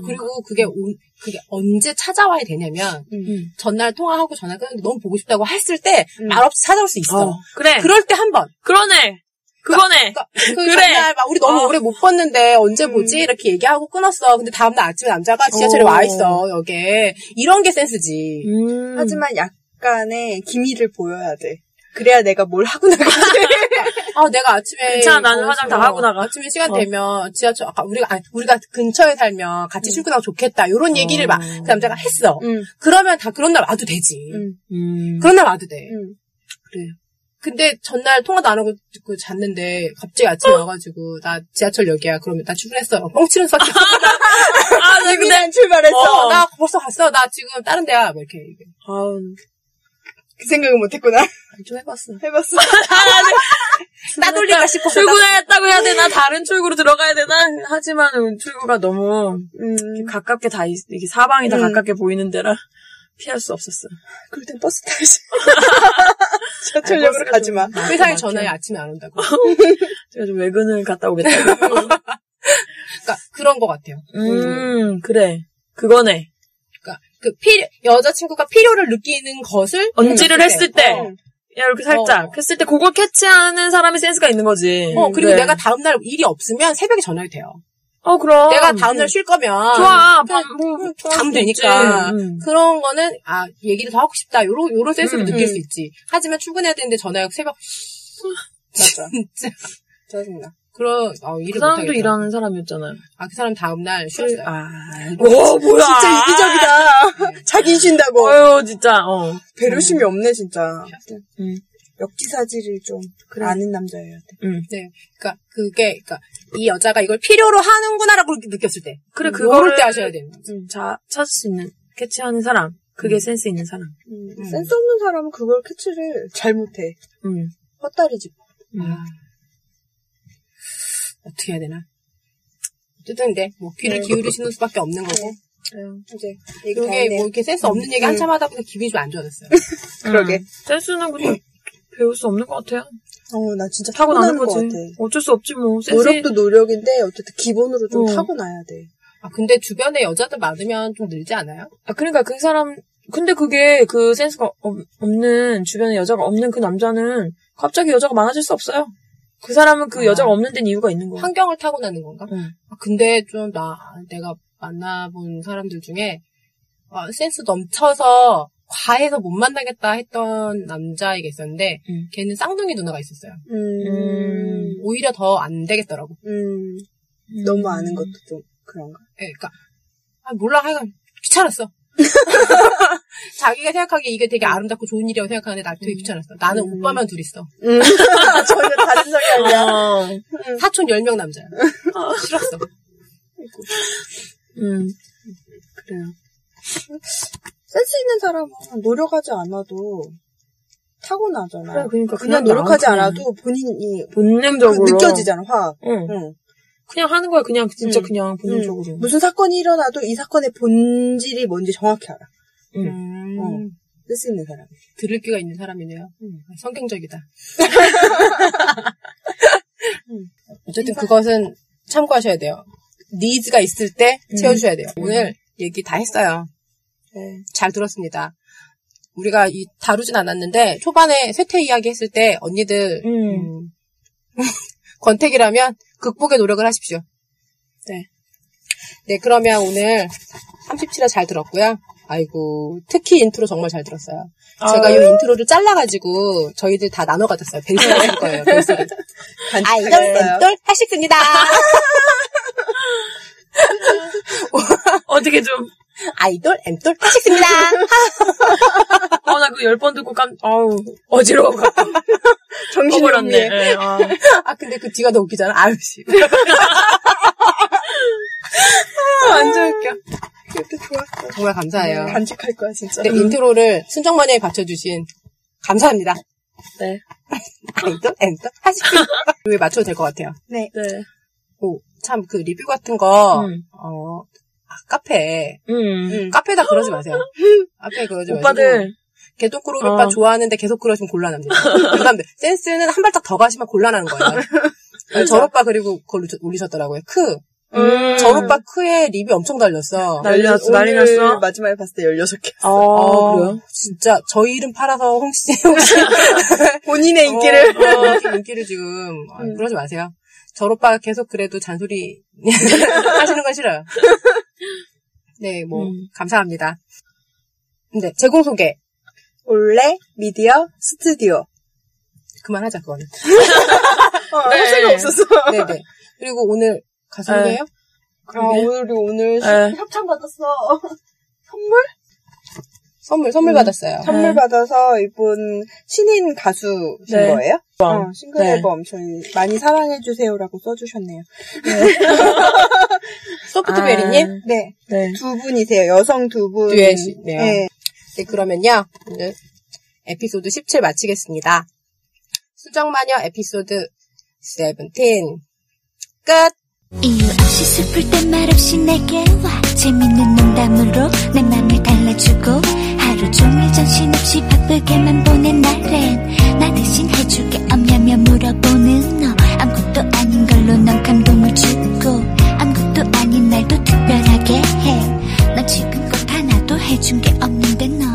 그리고 그게 온- 그게 언제 찾아와야 되냐면
음.
전날 통화하고 전화 끊는데 너무 보고 싶다고 했을 때
음.
말없이 찾아올 수 있어.
어. 그래.
그럴 때 한 번.
그러네. 그거네.
그러니까 그
그래.
전날 막 우리 너무
어. 음.
오래 못 봤는데 언제 보지 이렇게 얘기하고 끊었어. 근데 다음날 아침에 남자가 지하철에
어.
와 있어 여기에 이런 게 센스지.
음.
하지만 약간의 기미를 보여야 돼. 그래야 내가 뭘 하고 나가지.
아, 내가 아침에.
괜찮아, 나는
어,
화장 다
어,
하고 나가.
아침에 시간
어.
되면 지하철, 아까 우리가, 아니, 우리가 근처에 살면 같이
음.
출근하고 좋겠다.
어.
요런 얘기를 막, 그 남자가 했어.
음.
그러면 다 그런 날 와도 되지.
음.
음.
그런 날 와도 돼.
음.
그래요. 근데 전날 통화도 안 하고 그 잤는데, 갑자기
어.
아침에 와가지고, 나 지하철역이야. 그러면 나 출근했어. 뻥치는 소리.
아, 나 근데
난 출발했어.
어, 나 벌써 갔어. 나 지금 다른 데야. 뭐 이렇게. 얘기해.
아우,
그 생각은 못했구나.
좀 해봤어.
해봤어.
아, 네.
따돌릴까 싶어.
출근했다고 해야 되나? 다른 출구로 들어가야 되나? 하지만 출구가 너무
음.
가깝게 다, 있- 이게 사방이 다
음.
가깝게 보이는 데라 피할 수 없었어.
그럴 땐 버스 타야지. 지하철역으로
아니, 버스가
가지 마.
회사에 전화해 아침에 안 온다고.
제가 좀 외근을 갔다 오겠다.
그러니까 그런 것 같아요.
음, 그래. 그거네.
그러니까 그 필요 여자친구가 필요를 느끼는 것을
언지를 했을 때.
어,
야, 이렇게 살짝.
어.
했을 때 그걸 캐치하는 사람이 센스가 있는 거지.
어, 그리고
그래.
내가 다음날 일이 없으면 새벽에 전화해도 돼요.
어, 그럼.
내가 다음날 음. 쉴 거면
좋아. 밤, 뭐,
자면 되니까
음.
그런 거는 아 얘기를 더 하고 싶다 요런 요런 센스를
음,
느낄
음.
수 있지. 하지만 출근해야 되는데 전화해 새벽
맞아.
진짜
짜증나.
그런 어,
그
일을 못
사람도
하겠다.
일하는 사람이었잖아요.
아그 사람 다음날 쉬었어요.
아,
오, 뭐야.
아.
진짜 네. 이기적이다. 자기 쉰다고.
어유 진짜, 어.
배려심이 없네, 진짜.
음.
역지사지를 좀 아는 남자여야 돼.
네. 그러니까 그게 그러니까 이 여자가 이걸 필요로 하는구나라고 느꼈을 때.
그래,
음,
그거를-
모를 때 하셔야 돼요.
음, 자, 찾을 수 있는, 캐치하는 사람. 그게 센스 있는 사람.
음, 센스 없는 사람은 그걸 캐치를 잘 못해.
음.
헛다리 짚어. 음.
아. 어떻게 해야 되나? 어쨌든 근데 뭐 귀를 기울이시는 수밖에 없는 거고.
이제 얘기
이게
다 네. 했네요.
뭐 이렇게 센스 없는 얘기 한참 하다 보니까 기분이 좀 안 좋아졌어요.
음. 그러게.
센스는 그냥 배울 수 없는 것 같아요.
어, 나 진짜
타고나는
타고나는 것
거지.
같아.
어쩔 수 없지 뭐. 센스
노력도 노력인데 어쨌든 기본으로 좀
어.
타고나야 돼.
아 근데 주변에 여자들 많으면 좀 늘지 않아요?
아, 그러니까 그 사람, 근데 그게 그 센스가 없, 없는, 주변에 여자가 없는 그 남자는 갑자기 여자가 많아질 수 없어요. 그 사람은 그
아.
여자가 없는 데는 이유가
음.
있는 거야.
환경을 타고나는 건가?
응.
아, 근데 좀 나 내가 만나본 사람들 중에 아, 센스 넘쳐서 과해서 못 만나겠다 했던 남자에게 있었는데
음.
걔는 쌍둥이 누나가 있었어요.
음,
오히려 더 안 되겠더라고.
음, 너무 아는 것도 좀 그런가.
예, 그러니까 아, 몰라 하여간 귀찮았어. 자기가 생각하기에 이게 되게 아름답고 좋은 일이라고 생각하는데 나 되게 귀찮았어. 나는 오빠만 둘 있어.
음, 전혀 다른 성향이야.
사촌 10명 남자야. 싫었어.
음.
그래요. 네. 센스 있는 사람은 노력하지 않아도 타고나잖아.
그래, 그러니까 그냥
그냥 노력하지
나한테는.
않아도 본인이 그
본능적으로.
느껴지잖아, 화학.
응.
응.
그냥 하는 거야, 그냥, 진짜
음.
그냥 본능적으로.
무슨 사건이 일어나도 이 사건의 본질이 뭔지 정확히 알아. 음.
음.
어.
센스 있는 사람.
들을 귀가 있는 사람이네요. 음, 성경적이다. 음. 어쨌든 그것은 참고하셔야 돼요. 니즈가 있을 때 채워주셔야 돼요. 오늘 얘기 다 했어요. 잘 들었습니다. 우리가 이 다루진 않았는데 초반에 쇠퇴 이야기 했을 때 언니들
음.
음, 권태기라면 극복의 노력을 하십시오. 네. 네, 그러면 오늘 37화 잘 들었고요. 아이고, 특히 인트로 정말 잘 들었어요. 제가 이 인트로를 잘라가지고 저희들 다 나눠 가졌어요. 벨소리 해줄 거예요, 벨소리. 아, 이건 쌤돌 하식스입니다.
어떻게 좀,
아이돌 엠돌 하식스입니다.
아, 나 그거 열 번 듣고 깜, 아우, 어지러워.
정신이
꺼버렸네.
없네.
예, 아.
아 근데 그 뒤가 더 웃기잖아. 아유 씨.
완전 웃겨. 이렇게 좋았어.
정말 네, 감사해요.
간직할 거야, 진짜.
네, 인트로를 순정마녀에 바쳐주신 감사합니다.
네.
아이돌 엠돌 하식스. 이에 맞춰도 될 것 같아요.
네.
네.
참 그 리뷰 같은 거
음.
어, 아, 카페
음.
카페다 그러지 마세요. 카페 그러지 마시고
오빠들,
계속 그룹
어.
오빠 좋아하는데 계속 그러시면 곤란합니다. 그다음에 센스는 한 발짝 더 가시면 곤란한 거예요. 저 오빠 그리고 그걸 올리셨더라고요. 크.
음.
저 오빠 크의 리뷰 엄청 달렸어.
아, 난리 났어,
오늘
난리 났어.
마지막에 봤을 때 16개.
어,
아,
그래요?
진짜 저희 이름 팔아서 홍씨 홍씨
본인의 인기를.
어, 어, 인기를 지금 아,
음.
그러지 마세요. 저 오빠가 계속 그래도 잔소리 하시는 건 싫어요. 네, 뭐
음.
감사합니다. 근데 제공 소개
올레 미디어 스튜디오.
그만하자 그거는.
어, 할 수가 없었어.
네네. 그리고 오늘 가수
네.
소개요?
아,
어,
오늘, 우리 오늘
네.
협찬 받았어. 선물?
선물 음. 선물 받았어요.
선물 받아서 이분 신인 가수신
네.
거예요?
앨범.
어, 싱글
네.
앨범 저희 많이 사랑해주세요라고 써주셨네요.
소프트베리님 음.
네.
네.
두 분이세요. 여성 두 분.
아, 듀엣이네요.
네.
네 그러면요 오늘 에피소드 17 마치겠습니다. 수정마녀 에피소드 17 끝.
이유 없이 슬플 땐 말없이 내게 와 재밌는 농담으로 내 맘을 달래주고 하루 종일 정신없이 바쁘게만 보낸 날엔 나 대신 해줄게 없냐며 물어보는 너 아무것도 아닌 걸로 넌 감동을 주고 아무것도 아닌 날도 특별하게 해넌 지금껏 하나도 해준 게 없는데 너